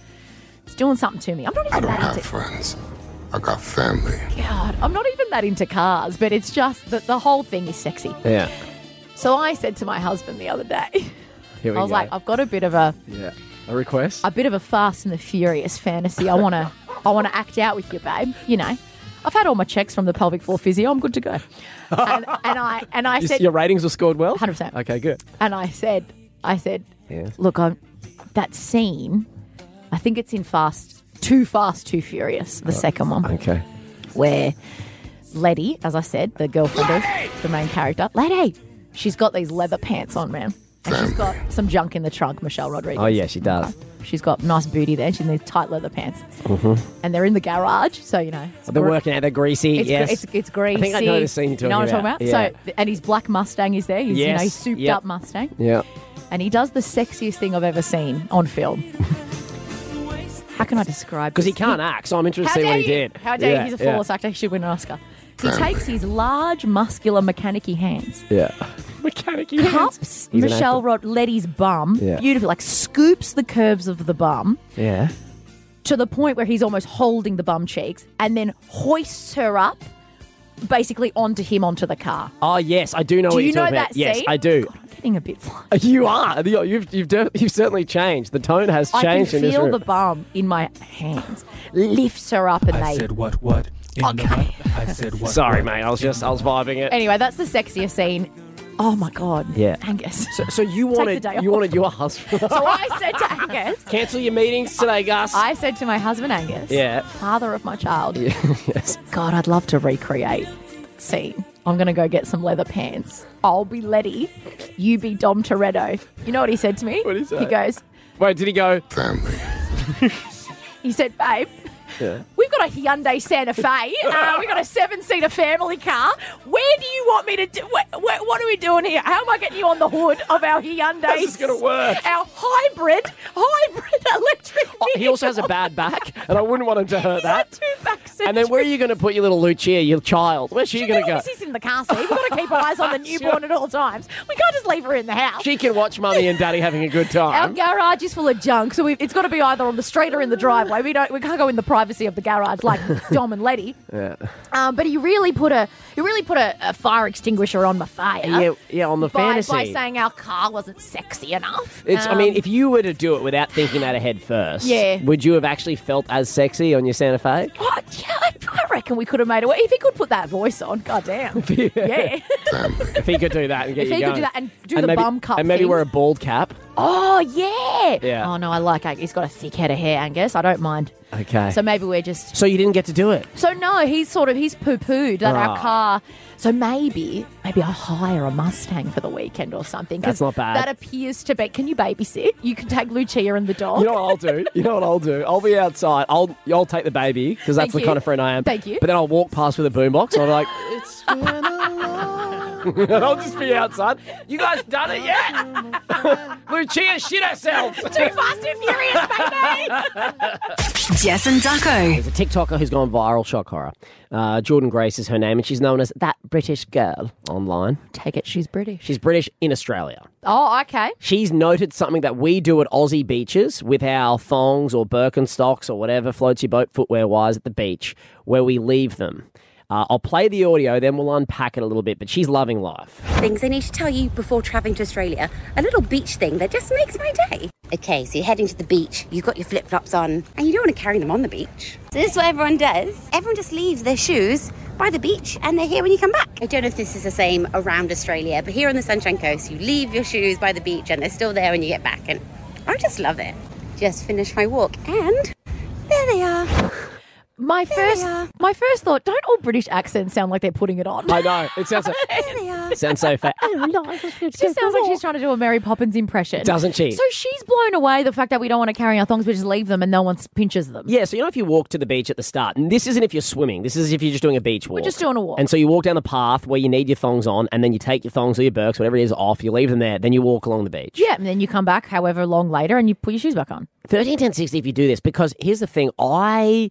[SPEAKER 3] it's doing something to me. I'm not even that into
[SPEAKER 10] friends. I got family.
[SPEAKER 3] God, I'm not even that into cars, but it's just that the whole thing is sexy.
[SPEAKER 2] Yeah.
[SPEAKER 3] So I said to my husband the other day,
[SPEAKER 2] Here we
[SPEAKER 3] I was
[SPEAKER 2] go.
[SPEAKER 3] like, I've got a bit of a
[SPEAKER 2] yeah. A request?
[SPEAKER 3] a bit of a Fast and the Furious fantasy. I want to I want to act out with you, babe. You know, I've had all my checks from the pelvic floor physio. I'm good to go. And, and I and I
[SPEAKER 2] You-
[SPEAKER 3] said,
[SPEAKER 2] your ratings were scored well?
[SPEAKER 3] 100%.
[SPEAKER 2] Okay, good.
[SPEAKER 3] and I said, I said,
[SPEAKER 2] Yes.
[SPEAKER 3] look, I'm that scene. I think it's in Fast, Too Fast, Too Furious, the second one
[SPEAKER 2] Okay.
[SPEAKER 3] where Letty, as I said, the girlfriend of the main character, Letty, she's got these leather pants on, man. And she's got some junk in the trunk, Michelle Rodriguez.
[SPEAKER 2] Oh, yeah, she does.
[SPEAKER 3] She's got nice booty there. She's in these tight leather pants.
[SPEAKER 2] Mm-hmm.
[SPEAKER 3] And they're in the garage, so, you know. It's
[SPEAKER 2] They're
[SPEAKER 3] gr-
[SPEAKER 2] working out, they're greasy.
[SPEAKER 3] It's,
[SPEAKER 2] yes.
[SPEAKER 3] gr- it's, it's greasy.
[SPEAKER 2] I think I know the scene you're
[SPEAKER 3] You know what I'm
[SPEAKER 2] talking
[SPEAKER 3] talking
[SPEAKER 2] about.
[SPEAKER 3] about?
[SPEAKER 2] Yeah.
[SPEAKER 3] So, th- and his black Mustang is there. He's, you know,
[SPEAKER 2] Yes.
[SPEAKER 3] he's souped
[SPEAKER 2] Yep.
[SPEAKER 3] up Mustang.
[SPEAKER 2] yeah.
[SPEAKER 3] And he does the sexiest thing I've ever seen on film. How can I describe
[SPEAKER 2] Because he
[SPEAKER 3] this?
[SPEAKER 2] can't act, so I'm interested to see
[SPEAKER 3] dare
[SPEAKER 2] what he
[SPEAKER 3] you?
[SPEAKER 2] did.
[SPEAKER 3] How dare
[SPEAKER 2] Yeah,
[SPEAKER 3] you? He's a
[SPEAKER 2] yeah.
[SPEAKER 3] flawless actor. He should win an Oscar. He takes his large, muscular, mechanicy hands,
[SPEAKER 2] Yeah. Mechanic hands.
[SPEAKER 3] cups
[SPEAKER 2] He's an
[SPEAKER 3] Michelle
[SPEAKER 2] actor.
[SPEAKER 3] Rod Letty's bum,
[SPEAKER 2] Yeah.
[SPEAKER 3] beautiful, like scoops the curves of the bum
[SPEAKER 2] Yeah.
[SPEAKER 3] to the point where he's almost holding the bum cheeks, and then hoists her up, basically onto him onto the car.
[SPEAKER 2] Oh, yes, I do know
[SPEAKER 3] Do
[SPEAKER 2] what
[SPEAKER 3] you
[SPEAKER 2] you're
[SPEAKER 3] know
[SPEAKER 2] talking
[SPEAKER 3] that
[SPEAKER 2] about. Yes,
[SPEAKER 3] scene? Oh,
[SPEAKER 2] I do.
[SPEAKER 3] God, I'm getting a bit fly.
[SPEAKER 2] You are. You- You've, you've, de- you've certainly changed. The tone has
[SPEAKER 3] I can
[SPEAKER 2] changed in this
[SPEAKER 3] feel
[SPEAKER 2] room.
[SPEAKER 3] the bum in my hands. Lifts her up, and they
[SPEAKER 4] what what?
[SPEAKER 3] okay.
[SPEAKER 4] I said what?
[SPEAKER 2] Sorry, mate. I was just, I was vibing it.
[SPEAKER 3] Anyway, that's the sexiest scene. Oh my god,
[SPEAKER 2] Yeah.
[SPEAKER 3] Angus.
[SPEAKER 2] so, so you
[SPEAKER 3] the
[SPEAKER 2] wanted,
[SPEAKER 3] day
[SPEAKER 2] you
[SPEAKER 3] off.
[SPEAKER 2] wanted your husband.
[SPEAKER 3] So I said to Angus,
[SPEAKER 2] Cancel your meetings today, Gus.
[SPEAKER 3] I said to my husband Angus,
[SPEAKER 2] Yeah.
[SPEAKER 3] father of my child,
[SPEAKER 2] yes.
[SPEAKER 3] God, I'd love to recreate that scene. I'm gonna go get some leather pants. I'll be Letty, you be Dom Toretto. You know what he said to me? What
[SPEAKER 2] did he say?
[SPEAKER 3] He goes,
[SPEAKER 2] Wait, did he go?
[SPEAKER 10] Family.
[SPEAKER 3] he said, babe. We've got a Hyundai Santa Fe. Uh, we've got a seven-seater family car. Where do you want me to do? Wh- wh- what are we doing here? How am I getting you on the hood of our Hyundai?
[SPEAKER 2] This is gonna work.
[SPEAKER 3] Our hybrid, hybrid electric.
[SPEAKER 2] Oh, He also has a
[SPEAKER 3] vehicle.
[SPEAKER 2] bad back, and I wouldn't want him to hurt
[SPEAKER 3] He's had
[SPEAKER 2] that.
[SPEAKER 3] two back
[SPEAKER 2] And then where are
[SPEAKER 3] surgeries.
[SPEAKER 2] you going to put your little Lucia, your child? Where's she
[SPEAKER 3] She
[SPEAKER 2] going to
[SPEAKER 3] can
[SPEAKER 2] go?
[SPEAKER 3] always- She's in the car seat. We've got to keep eyes on the newborn at all times. We can't just leave her in the house.
[SPEAKER 2] She can watch mummy and daddy having a good
[SPEAKER 3] our
[SPEAKER 2] time.
[SPEAKER 3] garage is full of junk, so we've, it's got to be either on the street or in the driveway. We don't, we can't go in the privacy of the garage like Dom and Letty. Um, but he really put a, he really put a, a fire extinguisher on my fire.
[SPEAKER 2] Yeah, yeah, on the
[SPEAKER 3] by,
[SPEAKER 2] fantasy.
[SPEAKER 3] by saying our car wasn't sexy enough.
[SPEAKER 2] it's. I
[SPEAKER 3] Um,
[SPEAKER 2] mean, if you were to do it without thinking that ahead first,
[SPEAKER 3] Yeah.
[SPEAKER 2] would you have actually felt as sexy on your Santa Fe?
[SPEAKER 3] oh, yeah, I, I reckon we could have made it work if he could put that voice on. God damn. yeah.
[SPEAKER 10] family.
[SPEAKER 2] If he could do that and get
[SPEAKER 3] If
[SPEAKER 2] you
[SPEAKER 3] he could
[SPEAKER 2] going.
[SPEAKER 3] do that and do the
[SPEAKER 2] maybe,
[SPEAKER 3] bum cup
[SPEAKER 2] And maybe
[SPEAKER 3] thing.
[SPEAKER 2] wear a bald cap.
[SPEAKER 3] Oh yeah.
[SPEAKER 2] Yeah.
[SPEAKER 3] Oh no, I like. He's got a thick head of hair, Angus. I don't mind.
[SPEAKER 2] Okay.
[SPEAKER 3] So maybe we're just.
[SPEAKER 2] So you didn't get to do it.
[SPEAKER 3] So no, he's sort of he's poo pooed that
[SPEAKER 2] Ah.
[SPEAKER 3] our car. So maybe maybe I'll hire a Mustang for the weekend or something. 'cause
[SPEAKER 2] That's not bad.
[SPEAKER 3] That appears to be. Can you babysit? You can take Lucia and the dog.
[SPEAKER 2] You know what I'll do? You know what I'll do? I'll be outside. I'll I'll take the baby because that's
[SPEAKER 3] Thank
[SPEAKER 2] the
[SPEAKER 3] you.
[SPEAKER 2] kind of friend I am.
[SPEAKER 3] Thank you.
[SPEAKER 2] But then I'll walk past with a boombox. and I'm like,
[SPEAKER 1] It's been a long
[SPEAKER 2] and I'll just be outside. You guys done it yet? Lucia shit herself.
[SPEAKER 1] Too fast
[SPEAKER 3] and furious,
[SPEAKER 5] Jess and Ducko.
[SPEAKER 2] There's a TikToker who's gone viral, shock horror. Uh, Jordan Grace is her name, and she's known as that British girl online.
[SPEAKER 3] Take it, she's British.
[SPEAKER 2] She's British in Australia.
[SPEAKER 3] Oh, okay.
[SPEAKER 2] She's noted something that we do at Aussie beaches with our thongs or Birkenstocks or whatever floats your boat footwear wise at the beach, where we leave them. Uh, I'll play the audio, then we'll unpack it a little bit. But she's loving life.
[SPEAKER 11] things I need to tell you before traveling to Australia. A little beach thing that just makes my day. Okay, so you're heading to the beach, you've got your flip flops on, and you don't want to carry them on the beach. So, this is what everyone does. Everyone just leaves their shoes by the beach and they're here when you come back. I don't know if this is the same around Australia, but here on the Sunshine Coast, you leave your shoes by the beach and they're still there when you get back. And I just love it. Just finished my walk and there they are.
[SPEAKER 3] My first my first thought. Don't all British accents sound like they're putting it on?
[SPEAKER 2] I know it sounds so, sounds so fat.
[SPEAKER 3] She sounds like she's trying to do a Mary Poppins impression.
[SPEAKER 2] Doesn't she?
[SPEAKER 3] So she's blown away the fact that we don't want to carry our thongs, we just leave them and no one pinches them.
[SPEAKER 2] Yeah, so you know if you walk to the beach at the start, and this isn't if you're swimming, this is if you're just doing a beach walk. We're
[SPEAKER 3] just doing a walk.
[SPEAKER 2] And so you walk down the path where you need your thongs on, and then you take your thongs or your burks, whatever it is, off, you leave them there, then you walk along the beach.
[SPEAKER 3] Yeah, and then you come back however long later and you put your shoes back on.
[SPEAKER 2] 13, 10, 60 if you do this, because here's the thing, I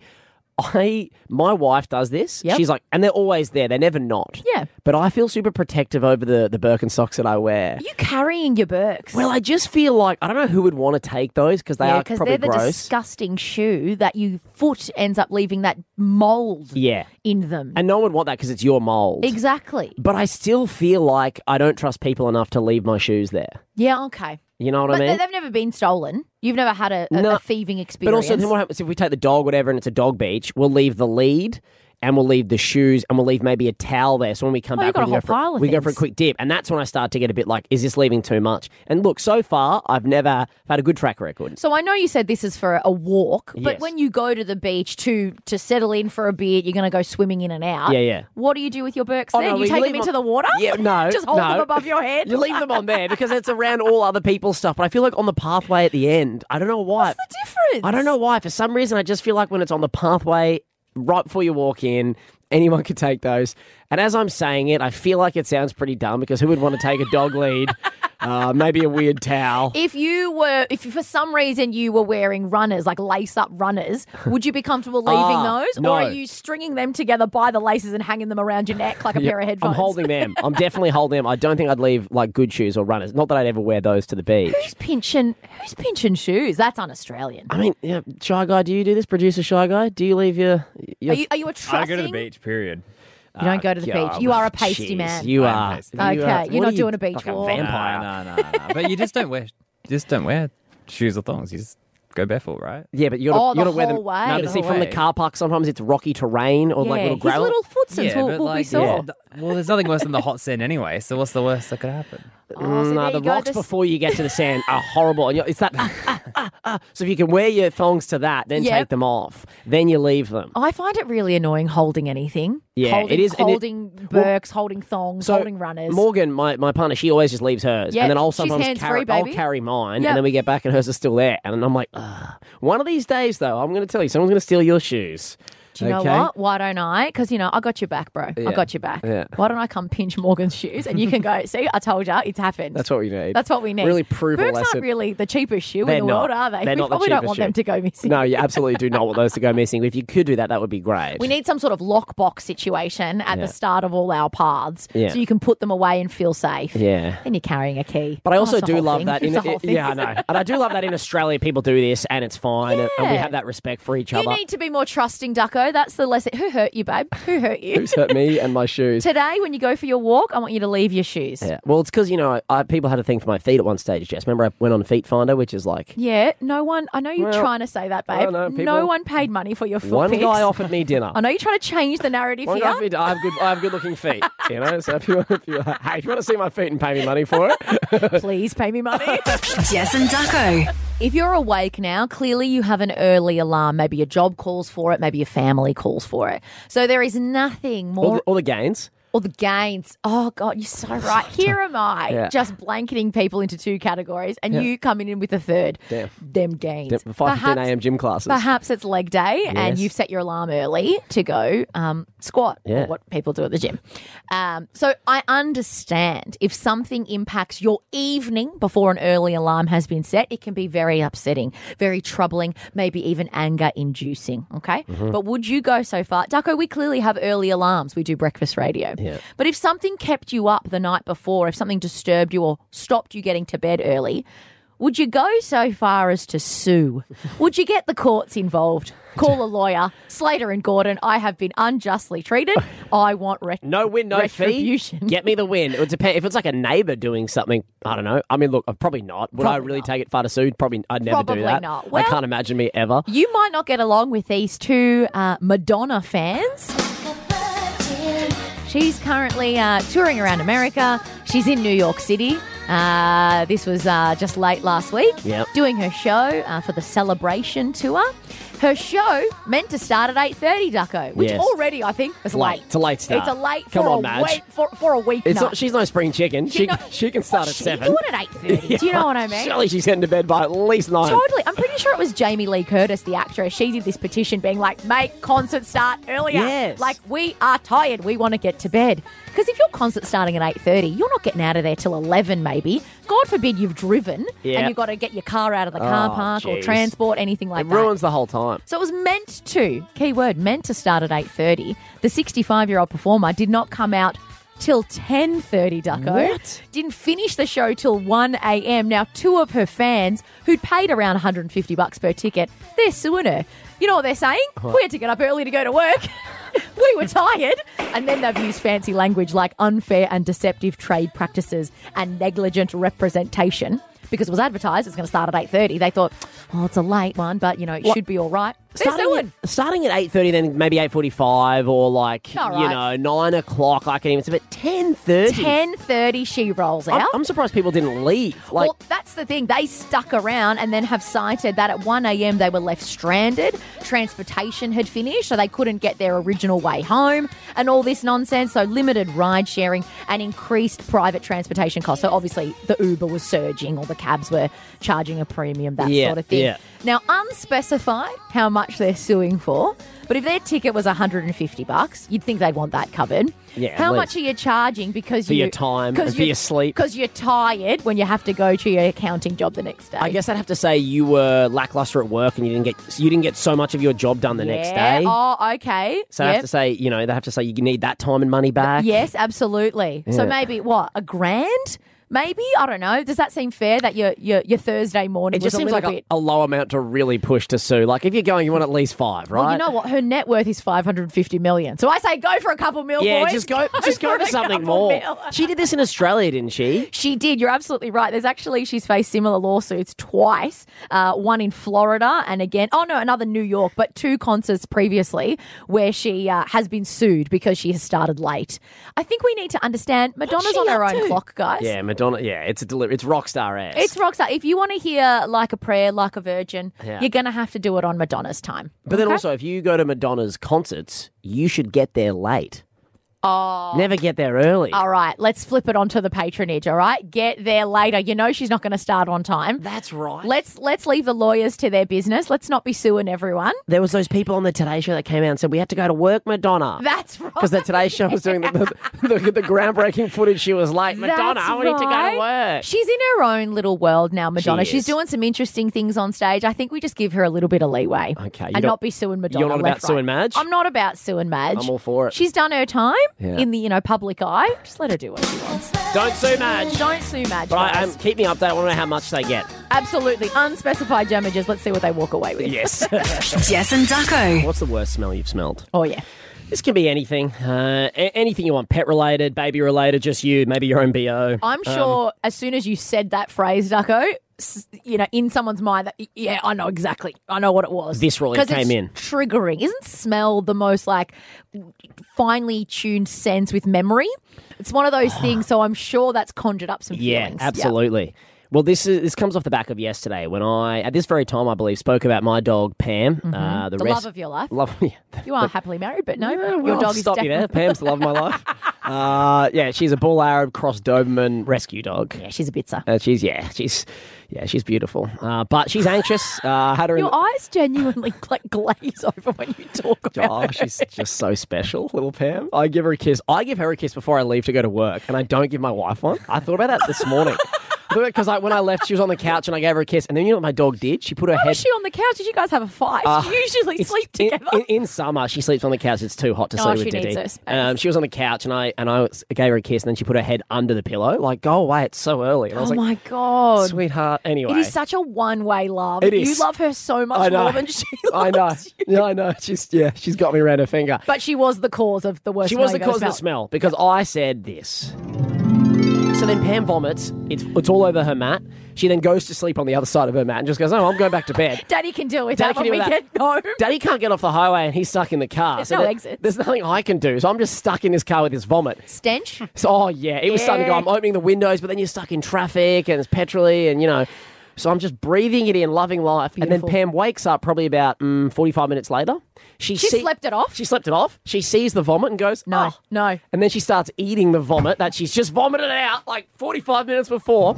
[SPEAKER 2] I my wife does this.
[SPEAKER 3] Yep.
[SPEAKER 2] She's like and they're always there, they're never not.
[SPEAKER 3] Yeah.
[SPEAKER 2] But I feel super protective over the, the Birkenstocks that I wear.
[SPEAKER 3] You carrying your Birks.
[SPEAKER 2] well, I just feel like I don't know who would want to take those because they
[SPEAKER 3] yeah,
[SPEAKER 2] are
[SPEAKER 3] because
[SPEAKER 2] probably
[SPEAKER 3] they're the
[SPEAKER 2] gross.
[SPEAKER 3] disgusting shoe that your foot ends up leaving that mold
[SPEAKER 2] yeah.
[SPEAKER 3] in them.
[SPEAKER 2] And no one would want that because it's your mold.
[SPEAKER 3] Exactly.
[SPEAKER 2] But I still feel like I don't trust people enough to leave my shoes there.
[SPEAKER 3] Yeah, okay.
[SPEAKER 2] You know what
[SPEAKER 3] but
[SPEAKER 2] I
[SPEAKER 3] they-
[SPEAKER 2] mean?
[SPEAKER 3] they've never been stolen. You've never had a, a,
[SPEAKER 2] No.
[SPEAKER 3] a thieving
[SPEAKER 2] But
[SPEAKER 3] experience.
[SPEAKER 2] also, then what happens if we take the dog, whatever, and it's a dog beach? We'll leave the lead, and we'll leave the shoes, and we'll leave maybe a towel there. So when we come
[SPEAKER 3] Oh, you've
[SPEAKER 2] back,
[SPEAKER 3] got
[SPEAKER 2] we, can
[SPEAKER 3] a whole
[SPEAKER 2] go for,
[SPEAKER 3] pile of
[SPEAKER 2] we go for a
[SPEAKER 3] things.
[SPEAKER 2] quick dip, and that's when I start to get a bit like, is this leaving too much? And look, so far, I've never I've had a good track record.
[SPEAKER 3] So I know you said this is for a walk, but
[SPEAKER 2] Yes.
[SPEAKER 3] when you go to the beach to to settle in for a bit, you're going to go swimming in and out.
[SPEAKER 2] Yeah, yeah.
[SPEAKER 3] What do you do with your Birks
[SPEAKER 2] Oh,
[SPEAKER 3] then?
[SPEAKER 2] no,
[SPEAKER 3] you
[SPEAKER 2] we
[SPEAKER 3] take
[SPEAKER 2] leave
[SPEAKER 3] them into the water?
[SPEAKER 2] Yeah, no,
[SPEAKER 3] Just hold
[SPEAKER 2] no.
[SPEAKER 3] them above your head?
[SPEAKER 2] You leave them on there because it's around all other people's stuff. But I feel like on the pathway at the end, I don't know why.
[SPEAKER 3] What's the difference?
[SPEAKER 2] I don't know why. For some reason, I just feel like when it's on the pathway right before you walk in, anyone could take those. And as I'm saying it, I feel like it sounds pretty dumb because who would want to take a dog lead? Uh, maybe a weird towel.
[SPEAKER 3] If you were, if for some reason you were wearing runners, like lace up runners, would you be comfortable leaving
[SPEAKER 2] Ah,
[SPEAKER 3] those?
[SPEAKER 2] no.
[SPEAKER 3] Or are you stringing them together by the laces and hanging them around your neck like a
[SPEAKER 2] Yeah,
[SPEAKER 3] pair of headphones?
[SPEAKER 2] I'm holding them. I'm definitely holding them. I don't think I'd leave like good shoes or runners. Not that I'd ever wear those to the beach.
[SPEAKER 3] Who's pinching, who's pinching shoes? That's un Australian.
[SPEAKER 2] I mean, yeah, shy guy, do you do this? Producer shy guy, do you leave your? your
[SPEAKER 3] Are Oh, you, are you a
[SPEAKER 4] I
[SPEAKER 3] trusting?
[SPEAKER 4] go to the beach. Period.
[SPEAKER 3] You don't go to the beach. You are a pasty
[SPEAKER 2] Ah, Jeez,
[SPEAKER 3] man.
[SPEAKER 2] You
[SPEAKER 4] I'm
[SPEAKER 2] are.
[SPEAKER 4] pasty.
[SPEAKER 2] you are-
[SPEAKER 3] Okay,
[SPEAKER 2] what
[SPEAKER 3] you're not
[SPEAKER 2] are
[SPEAKER 3] doing a beach
[SPEAKER 2] like a
[SPEAKER 3] walk.
[SPEAKER 2] vampire.
[SPEAKER 4] Nah, nah, nah, nah. But you just don't wear, just don't wear shoes or thongs. You just go barefoot, right?
[SPEAKER 2] Yeah, but you gotta,
[SPEAKER 3] Oh,
[SPEAKER 2] you gotta
[SPEAKER 3] the
[SPEAKER 2] wear them.
[SPEAKER 3] whole way.
[SPEAKER 2] No,
[SPEAKER 4] The
[SPEAKER 2] but see,
[SPEAKER 4] whole
[SPEAKER 2] from the
[SPEAKER 4] way.
[SPEAKER 2] car park, sometimes it's rocky terrain or like
[SPEAKER 3] Yeah,
[SPEAKER 2] little gravel.
[SPEAKER 3] His little footsins will, will be sore.
[SPEAKER 4] well, there's nothing worse than the hot sand anyway. So what's the worst that could happen?
[SPEAKER 3] Oh, so
[SPEAKER 2] Mm, Nah,
[SPEAKER 3] there
[SPEAKER 2] the
[SPEAKER 3] you go.
[SPEAKER 2] rocks
[SPEAKER 3] This-
[SPEAKER 2] before you get to the sand are horrible. And you're- it's that. ah, ah, ah, ah. So if you can wear your thongs to that, then
[SPEAKER 3] Yep. Oh,
[SPEAKER 2] take them off, then you leave them.
[SPEAKER 3] I find it really annoying holding anything.
[SPEAKER 2] Yeah,
[SPEAKER 3] holding,
[SPEAKER 2] it is- and it-
[SPEAKER 3] holding Birks, holding thongs,
[SPEAKER 2] So
[SPEAKER 3] holding runners.
[SPEAKER 2] Morgan, my, my partner, she always just leaves hers,
[SPEAKER 3] Yeah,
[SPEAKER 2] and then I'll
[SPEAKER 3] she's
[SPEAKER 2] sometimes carry
[SPEAKER 3] hands-free,
[SPEAKER 2] I'll
[SPEAKER 3] baby.
[SPEAKER 2] carry mine,
[SPEAKER 3] Yep.
[SPEAKER 2] and then we get back and hers is still there, and I'm like, Ugh. one of these days though, I'm going to tell you, someone's going to steal your shoes.
[SPEAKER 3] Do you
[SPEAKER 2] okay?
[SPEAKER 3] know what? Why don't I? Because you know I got your back, bro. I got your back.
[SPEAKER 2] Yeah.
[SPEAKER 3] Why don't I come pinch Morgan's shoes and you can go? See, I told you, it's happened.
[SPEAKER 2] That's what we need.
[SPEAKER 3] That's what we need.
[SPEAKER 2] Really prove a
[SPEAKER 3] Birks
[SPEAKER 2] lesson.
[SPEAKER 3] aren't really the cheapest shoe
[SPEAKER 2] They're
[SPEAKER 3] in the
[SPEAKER 2] not.
[SPEAKER 3] world, are they?
[SPEAKER 2] They're
[SPEAKER 3] we
[SPEAKER 2] not the
[SPEAKER 3] probably don't
[SPEAKER 2] cheapest
[SPEAKER 3] want
[SPEAKER 2] shoe.
[SPEAKER 3] them to go missing.
[SPEAKER 2] No, you absolutely do not want those to go missing. But if you could do that, that would be great.
[SPEAKER 3] We need some sort of lockbox situation at
[SPEAKER 2] Yeah.
[SPEAKER 3] the start of all our paths,
[SPEAKER 2] Yeah.
[SPEAKER 3] so you can put them away and feel safe.
[SPEAKER 2] Yeah.
[SPEAKER 3] Then you're carrying a key.
[SPEAKER 2] But I
[SPEAKER 3] Oh,
[SPEAKER 2] also
[SPEAKER 3] it's a
[SPEAKER 2] do
[SPEAKER 3] whole
[SPEAKER 2] love
[SPEAKER 3] thing.
[SPEAKER 2] that.
[SPEAKER 3] It's
[SPEAKER 2] In,
[SPEAKER 3] a whole thing.
[SPEAKER 2] yeah, I know. And I do love that in Australia people do this and it's fine and, and we
[SPEAKER 3] Yeah.
[SPEAKER 2] have that respect for each
[SPEAKER 3] You
[SPEAKER 2] other.
[SPEAKER 3] need to be more trusting, Ducko. go. That's the lesson. Who hurt you, babe? Who hurt you?
[SPEAKER 2] Who's hurt me and my shoes?
[SPEAKER 3] Today, when you go for your walk, I want you to leave your shoes.
[SPEAKER 2] Yeah. Well, it's because you know I, I, people had a thing for my feet at one stage. Jess, remember I went on Feet Finder, which is like
[SPEAKER 3] Yeah, no one. I know you're
[SPEAKER 2] Well,
[SPEAKER 3] trying to say that,
[SPEAKER 2] I
[SPEAKER 3] babe.
[SPEAKER 2] don't know,
[SPEAKER 3] no
[SPEAKER 2] people-
[SPEAKER 3] one paid money for your foot
[SPEAKER 2] one
[SPEAKER 3] pics.
[SPEAKER 2] guy offered me dinner.
[SPEAKER 3] I know you're trying to change the narrative
[SPEAKER 2] One
[SPEAKER 3] here.
[SPEAKER 2] guy offered me dinner. I have good, I have good looking feet. You know, so if you, if you hey, if you want to see my feet and pay me money for it,
[SPEAKER 3] please pay me money.
[SPEAKER 5] Jess and Ducko.
[SPEAKER 3] If you're awake now, clearly you have an early alarm. Maybe your job calls for it. Maybe your family calls for it. So there is nothing
[SPEAKER 2] All
[SPEAKER 3] more.
[SPEAKER 2] the, all the gains.
[SPEAKER 3] Or the gains. Oh God, you're so right. Here am I,
[SPEAKER 2] Yeah.
[SPEAKER 3] just blanketing people into two categories, and
[SPEAKER 2] Yeah.
[SPEAKER 3] you coming in with a third.
[SPEAKER 2] Damn.
[SPEAKER 3] Them gains.
[SPEAKER 2] Damn, Five fifteen
[SPEAKER 3] Perhaps-
[SPEAKER 2] a.m. gym classes.
[SPEAKER 3] Perhaps it's leg day and
[SPEAKER 2] Yes.
[SPEAKER 3] you've set your alarm early to go um, squat,
[SPEAKER 2] Yeah.
[SPEAKER 3] or what people do at the gym. Um, so I understand if something impacts your evening before an early alarm has been set, it can be very upsetting, very troubling, maybe even anger inducing. Okay.
[SPEAKER 2] Mm-hmm.
[SPEAKER 12] Mhm.
[SPEAKER 3] But would you go so far? Ducko, we clearly have early alarms. We do breakfast radio.
[SPEAKER 12] Yeah.
[SPEAKER 3] But if something kept you up the night before, if something disturbed you or stopped you getting to bed early, would you go so far as to sue? Would you get the courts involved? Call a lawyer. Slater and Gordon, I have been unjustly treated. I want rec-
[SPEAKER 2] No win, no fee. Get me the win. It would depend if it's like a neighbour doing something. I don't know. I mean, look, uh, probably not. Would I
[SPEAKER 3] Probably
[SPEAKER 2] really take it far to sue? Probably. I'd never
[SPEAKER 3] Probably
[SPEAKER 2] do that.
[SPEAKER 3] not.
[SPEAKER 2] I
[SPEAKER 3] Well-
[SPEAKER 2] can't imagine me ever.
[SPEAKER 3] You might not get along with these two uh, Madonna fans. She's currently uh, touring around America. She's in New York City. Uh, this was uh, just late last week.
[SPEAKER 12] Yep.
[SPEAKER 3] Doing her show uh, for the Celebration tour. Her show meant to start at eight thirty, Ducko, which
[SPEAKER 2] Yes.
[SPEAKER 3] already I think is
[SPEAKER 2] Late.
[SPEAKER 3] late.
[SPEAKER 2] It's a late start.
[SPEAKER 3] It's a late
[SPEAKER 2] Come
[SPEAKER 3] for
[SPEAKER 2] on,
[SPEAKER 3] a
[SPEAKER 2] Madge.
[SPEAKER 3] wait- for, for a week.
[SPEAKER 2] It's not. She's no spring chicken. She
[SPEAKER 3] You're not-
[SPEAKER 2] she can start at seven.
[SPEAKER 3] doing at eight thirty. Do you know what I mean?
[SPEAKER 2] Surely she's heading to bed by at least nine.
[SPEAKER 3] Totally. I'm pretty sure it was Jamie Lee Curtis, the actress. She did this petition being like, make concert start earlier.
[SPEAKER 12] Yes.
[SPEAKER 3] Like, we are tired. We want to get to bed. Because if your concert's starting at 8.30, you're not getting out of there till 11 maybe. God forbid you've driven
[SPEAKER 2] Yeah.
[SPEAKER 3] and you've got to get your car out of the car
[SPEAKER 2] Oh,
[SPEAKER 3] park or
[SPEAKER 2] jeez.
[SPEAKER 3] transport, anything like
[SPEAKER 2] it
[SPEAKER 3] that.
[SPEAKER 2] ruins the whole time.
[SPEAKER 3] So it was meant to, keyword, meant to start at 8.30. The 65-year-old performer did not come out till 10.30, Ducko.
[SPEAKER 12] What?
[SPEAKER 3] Didn't finish the show till 1am. Now, two of her fans, who'd paid around 150 bucks per ticket, they're suing her. You know what they're saying?
[SPEAKER 12] What?
[SPEAKER 3] We had to get up early to go to work. we were tired. And then they've used fancy language like unfair and deceptive trade practices and negligent representation. Because it was advertised, it's going to start at 8.30. They thought, oh, it's a late one, but, you know, it
[SPEAKER 2] What?
[SPEAKER 3] should be all right. They're
[SPEAKER 2] Starting
[SPEAKER 3] suing.
[SPEAKER 2] at, starting at eight thirty, then maybe eight forty-five, or like
[SPEAKER 3] All
[SPEAKER 2] you know
[SPEAKER 3] right.
[SPEAKER 2] nine o'clock. I can even say, but ten thirty.
[SPEAKER 3] 10.30 she rolls out.
[SPEAKER 2] I'm, I'm surprised people didn't leave. Like
[SPEAKER 3] well, that's the thing. They stuck around and then have cited that at 1 a.m. they were left stranded. Transportation had finished, so they couldn't get their original way home and all this nonsense. So, limited ride sharing and increased private transportation costs. So, obviously, the Uber was surging, all the cabs were charging a premium, that
[SPEAKER 12] Yeah,
[SPEAKER 3] sort of thing.
[SPEAKER 12] yeah.
[SPEAKER 3] Now, unspecified how much they're suing for, but if their ticket was 150 bucks, you'd think they'd want that covered.
[SPEAKER 2] Yeah, at
[SPEAKER 3] how
[SPEAKER 2] least.
[SPEAKER 3] much are you charging because
[SPEAKER 2] For
[SPEAKER 3] you,
[SPEAKER 2] your time and for your sleep.
[SPEAKER 3] because you're tired when you have to go to your accounting job the next day.
[SPEAKER 2] I guess I'd have to say you were lackluster at work and you didn't get you didn't get so much of your job done the next
[SPEAKER 3] Yeah.
[SPEAKER 2] day.
[SPEAKER 3] Oh, okay.
[SPEAKER 2] so I
[SPEAKER 3] Yep.
[SPEAKER 2] have to say, you know, they have to say you need that time and money back.
[SPEAKER 3] yes, absolutely. So
[SPEAKER 2] Yeah.
[SPEAKER 3] maybe what a grand. Maybe I don't know. Does that seem fair that your your, your Thursday
[SPEAKER 2] It
[SPEAKER 3] morning
[SPEAKER 2] just
[SPEAKER 3] was
[SPEAKER 2] seems
[SPEAKER 3] a
[SPEAKER 2] like
[SPEAKER 3] little
[SPEAKER 2] a,
[SPEAKER 3] bit?
[SPEAKER 2] a low amount to really push to sue. Like if you're going, you want at least five, right?
[SPEAKER 3] Well, you know what? Her net worth is five hundred and fifty million. So I say go for a couple mil.
[SPEAKER 2] yeah,
[SPEAKER 3] boys.
[SPEAKER 2] just go, just go
[SPEAKER 3] for
[SPEAKER 2] to
[SPEAKER 3] a
[SPEAKER 2] something
[SPEAKER 3] couple
[SPEAKER 2] more.
[SPEAKER 3] mil.
[SPEAKER 2] She did this in Australia, didn't she?
[SPEAKER 3] She did. You're absolutely right. There's actually she's faced similar lawsuits twice. Uh, one in Florida and again, oh no, another New York, but two concerts previously where she uh, has been sued because she has started late. I think we need to understand Madonna's
[SPEAKER 12] she
[SPEAKER 3] on her
[SPEAKER 12] up
[SPEAKER 3] own
[SPEAKER 12] to?
[SPEAKER 3] clock, guys.
[SPEAKER 2] Yeah, Madonna. Yeah, it's a deli- it's rock star ass.
[SPEAKER 3] It's Rockstar. If you want to hear like a prayer, like a virgin,
[SPEAKER 2] Yeah.
[SPEAKER 3] you're going to have to do it on Madonna's time.
[SPEAKER 2] but then also, if you go to Madonna's concerts, you should get there late.
[SPEAKER 3] Oh.
[SPEAKER 2] Never get there early.
[SPEAKER 3] All right, let's flip it onto the patronage. All right, get there later. You know she's not going to start on time.
[SPEAKER 2] That's right.
[SPEAKER 3] Let's let's leave the lawyers to their business. Let's not be suing everyone.
[SPEAKER 2] There was those people on the Today Show that came out and said we had to go to work, Madonna.
[SPEAKER 3] That's right.
[SPEAKER 2] Because the Today Show was doing the, the, the, the groundbreaking footage. She was like, Madonna,
[SPEAKER 3] That's
[SPEAKER 2] I need to go to
[SPEAKER 3] right.
[SPEAKER 2] work.
[SPEAKER 3] She's in her own little world now, Madonna.
[SPEAKER 2] She
[SPEAKER 3] She's
[SPEAKER 2] is.
[SPEAKER 3] doing some interesting things on stage. I think we just give her a little bit of leeway.
[SPEAKER 2] Okay, you
[SPEAKER 3] And
[SPEAKER 2] don't-
[SPEAKER 3] not be suing Madonna.
[SPEAKER 2] you're not about
[SPEAKER 3] left, right.
[SPEAKER 2] suing Madge?
[SPEAKER 3] I'm not about suing Madge.
[SPEAKER 2] I'm all for it.
[SPEAKER 3] She's done her time.
[SPEAKER 2] Yeah.
[SPEAKER 3] in the you know public eye. Just let her do what she wants.
[SPEAKER 2] Don't sue Madge.
[SPEAKER 3] Don't sue Madge.
[SPEAKER 2] But I, um,
[SPEAKER 3] guys.
[SPEAKER 2] keep me updated. I want to know how much they get.
[SPEAKER 3] Absolutely unspecified damages. Let's see what they walk away with.
[SPEAKER 2] Yes.
[SPEAKER 5] Jess and Ducko.
[SPEAKER 2] What's the worst smell you've smelled?
[SPEAKER 3] Oh, yeah.
[SPEAKER 2] This can be anything. Uh, a- anything you want. Pet related, baby related, just you, maybe your own BO.
[SPEAKER 3] I'm
[SPEAKER 2] Um,
[SPEAKER 3] sure as soon as you said that phrase, Ducko, s- you know, in someone's mind, that, yeah, I know exactly. I know what it was.
[SPEAKER 2] Viscerally
[SPEAKER 3] 'Cause
[SPEAKER 2] came
[SPEAKER 3] it's
[SPEAKER 2] in.
[SPEAKER 3] Triggering. Isn't smell the most like finely tuned sense with memory? It's one of those things. So I'm sure that's conjured up some
[SPEAKER 2] Yeah,
[SPEAKER 3] feelings.
[SPEAKER 2] absolutely. Well, this is this comes off the back of yesterday when I, at this very time, I believe, spoke about my dog Pam. Uh, the
[SPEAKER 3] Mm-hmm. The
[SPEAKER 2] res-
[SPEAKER 3] love of your life.
[SPEAKER 2] love, yeah,
[SPEAKER 3] You are happily married, but no, your
[SPEAKER 2] Well,
[SPEAKER 3] dog is
[SPEAKER 2] stop you
[SPEAKER 3] definitely.
[SPEAKER 2] there. Pam's the love of my life. Uh, yeah, she's a bull Arab cross Doberman rescue dog. Yeah,
[SPEAKER 3] she's a bitzer.
[SPEAKER 2] Uh, she's yeah, she's yeah, she's beautiful. Uh, but she's anxious. Uh, had her in.
[SPEAKER 3] Your eyes genuinely like glaze over when you talk about
[SPEAKER 2] Oh,
[SPEAKER 3] her.
[SPEAKER 2] she's just so special, little Pam. I give her a kiss. I give her a kiss before I leave to go to work, and I don't give my wife one. I thought about that this morning. Because like when I left, she was on the couch and I gave her a kiss, and then you know what my dog did? She put her
[SPEAKER 3] Why
[SPEAKER 2] head.
[SPEAKER 3] was she on the couch? Did you guys have a fight?
[SPEAKER 2] Uh,
[SPEAKER 3] you usually
[SPEAKER 2] it's-
[SPEAKER 3] sleep
[SPEAKER 2] in-
[SPEAKER 3] together.
[SPEAKER 2] In, in summer, she sleeps on the couch. It's too hot to
[SPEAKER 3] Oh,
[SPEAKER 2] sleep
[SPEAKER 3] she
[SPEAKER 2] with
[SPEAKER 3] needs
[SPEAKER 2] Diddy.
[SPEAKER 3] her space.
[SPEAKER 2] Um, she was on the couch, and I and I was- gave her a kiss, and then she put her head under the pillow. Like, go away! It's so early. And I
[SPEAKER 3] oh
[SPEAKER 2] was like,
[SPEAKER 3] my god,
[SPEAKER 2] sweetheart. Anyway,
[SPEAKER 3] It is such a one way love.
[SPEAKER 2] It
[SPEAKER 3] You
[SPEAKER 2] is.
[SPEAKER 3] love her so
[SPEAKER 2] I
[SPEAKER 3] much
[SPEAKER 2] know.
[SPEAKER 3] more than she
[SPEAKER 2] I know. Yeah, I know. She's yeah. She's got me around her finger.
[SPEAKER 3] But she was the cause of the worst
[SPEAKER 2] She was
[SPEAKER 3] smell
[SPEAKER 2] the
[SPEAKER 3] you've ever
[SPEAKER 2] cause of the smell
[SPEAKER 3] smelled.
[SPEAKER 2] because I said this. So then Pam vomits. It's, it's all over her mat. She then goes to sleep on the other side of her mat and just goes, "Oh, I'm going back to bed."
[SPEAKER 3] Daddy can deal with
[SPEAKER 2] Daddy
[SPEAKER 3] that when
[SPEAKER 2] can
[SPEAKER 3] we
[SPEAKER 2] deal with
[SPEAKER 3] get home.
[SPEAKER 2] Daddy can't get off the highway and he's stuck in the car.
[SPEAKER 3] There's
[SPEAKER 2] so
[SPEAKER 3] no
[SPEAKER 2] there-
[SPEAKER 3] exits.
[SPEAKER 2] There's nothing I can do. So I'm just stuck in this car with this vomit.
[SPEAKER 3] Stench?
[SPEAKER 2] So, oh, yeah. It was starting to go.
[SPEAKER 3] Yeah.
[SPEAKER 2] I'm opening the windows, but then you're stuck in traffic and it's petrolly and, you know. So I'm just breathing it in, loving life. And
[SPEAKER 3] Beautiful.
[SPEAKER 2] then Pam wakes up probably about mm, 45 minutes later. She,
[SPEAKER 3] She
[SPEAKER 2] see-
[SPEAKER 3] slept it off.
[SPEAKER 2] She slept it off. She sees the vomit and goes, no,
[SPEAKER 3] no.
[SPEAKER 2] And then she starts eating the vomit that she's just vomited out like 45 minutes before.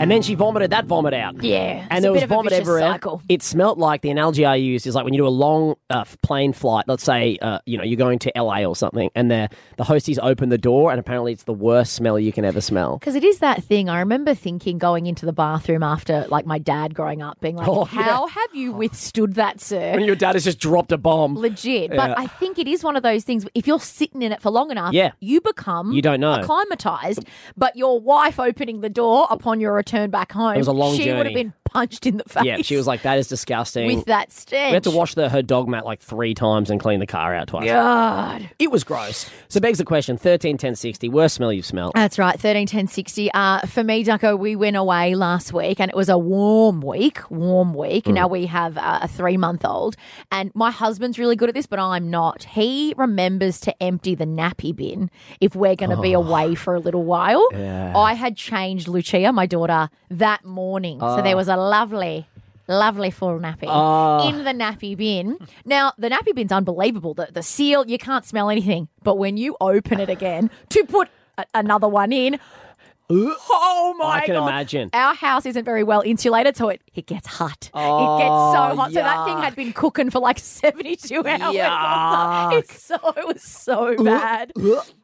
[SPEAKER 2] And then she vomited that vomit out.
[SPEAKER 3] Yeah, it's
[SPEAKER 2] And
[SPEAKER 3] a
[SPEAKER 2] there was
[SPEAKER 3] bit of a
[SPEAKER 2] vomit
[SPEAKER 3] vicious
[SPEAKER 2] everywhere.
[SPEAKER 3] cycle.
[SPEAKER 2] It smelt like the analogy I used is like when you do a long uh, f- plane flight, let's say, uh, you know, you're going to LA or something, and the, the hosties open the door, and apparently it's the worst smell you can ever smell.
[SPEAKER 3] Because it is that thing. I remember thinking going into the bathroom after, like, my dad growing up, being like,
[SPEAKER 2] Oh,
[SPEAKER 3] How have you withstood that, sir?
[SPEAKER 2] When your dad has just dropped a bomb.
[SPEAKER 3] Legit. But
[SPEAKER 2] Yeah.
[SPEAKER 3] I think it is one of those things. If you're sitting in it for long enough,
[SPEAKER 2] Yeah.
[SPEAKER 3] you become
[SPEAKER 2] You don't know.
[SPEAKER 3] acclimatized. But your wife opening the door upon your return back home,
[SPEAKER 2] It was a long
[SPEAKER 3] she would have
[SPEAKER 2] journey.
[SPEAKER 3] been punched in the face.
[SPEAKER 2] Yeah, she was like, that is disgusting.
[SPEAKER 3] with that stench.
[SPEAKER 2] We had to wash the, her dog mat like three times and clean the car out twice.
[SPEAKER 3] God.
[SPEAKER 2] It was gross. So begs the question, 13, 10, 60, worst smell you've smelled.
[SPEAKER 3] That's right, thirteen ten sixty. Uh, for me, Ducko, we went away last week, and it was a warm week. Warm week. Now we have uh, a three month old, and my husband's really good at this, but I'm not. He remembers to empty the nappy bin if we're going to be away for a little while.
[SPEAKER 12] Yeah.
[SPEAKER 3] I had changed Lucia, my daughter, that morning, so
[SPEAKER 12] Ah.
[SPEAKER 3] there was a lovely. Lovely full nappy
[SPEAKER 12] Ah.
[SPEAKER 3] in the nappy bin. Now the nappy bin's unbelievable. The, the seal you can't smell anything, but when you open it again to put a- another one in, oh my
[SPEAKER 2] I can
[SPEAKER 3] God.
[SPEAKER 2] imagine.
[SPEAKER 3] Our house isn't very well insulated, so it, it gets hot. it gets so
[SPEAKER 2] Oh,
[SPEAKER 3] hot. So that thing had been cooking for like seventy two hours. or so. It's so it was so bad.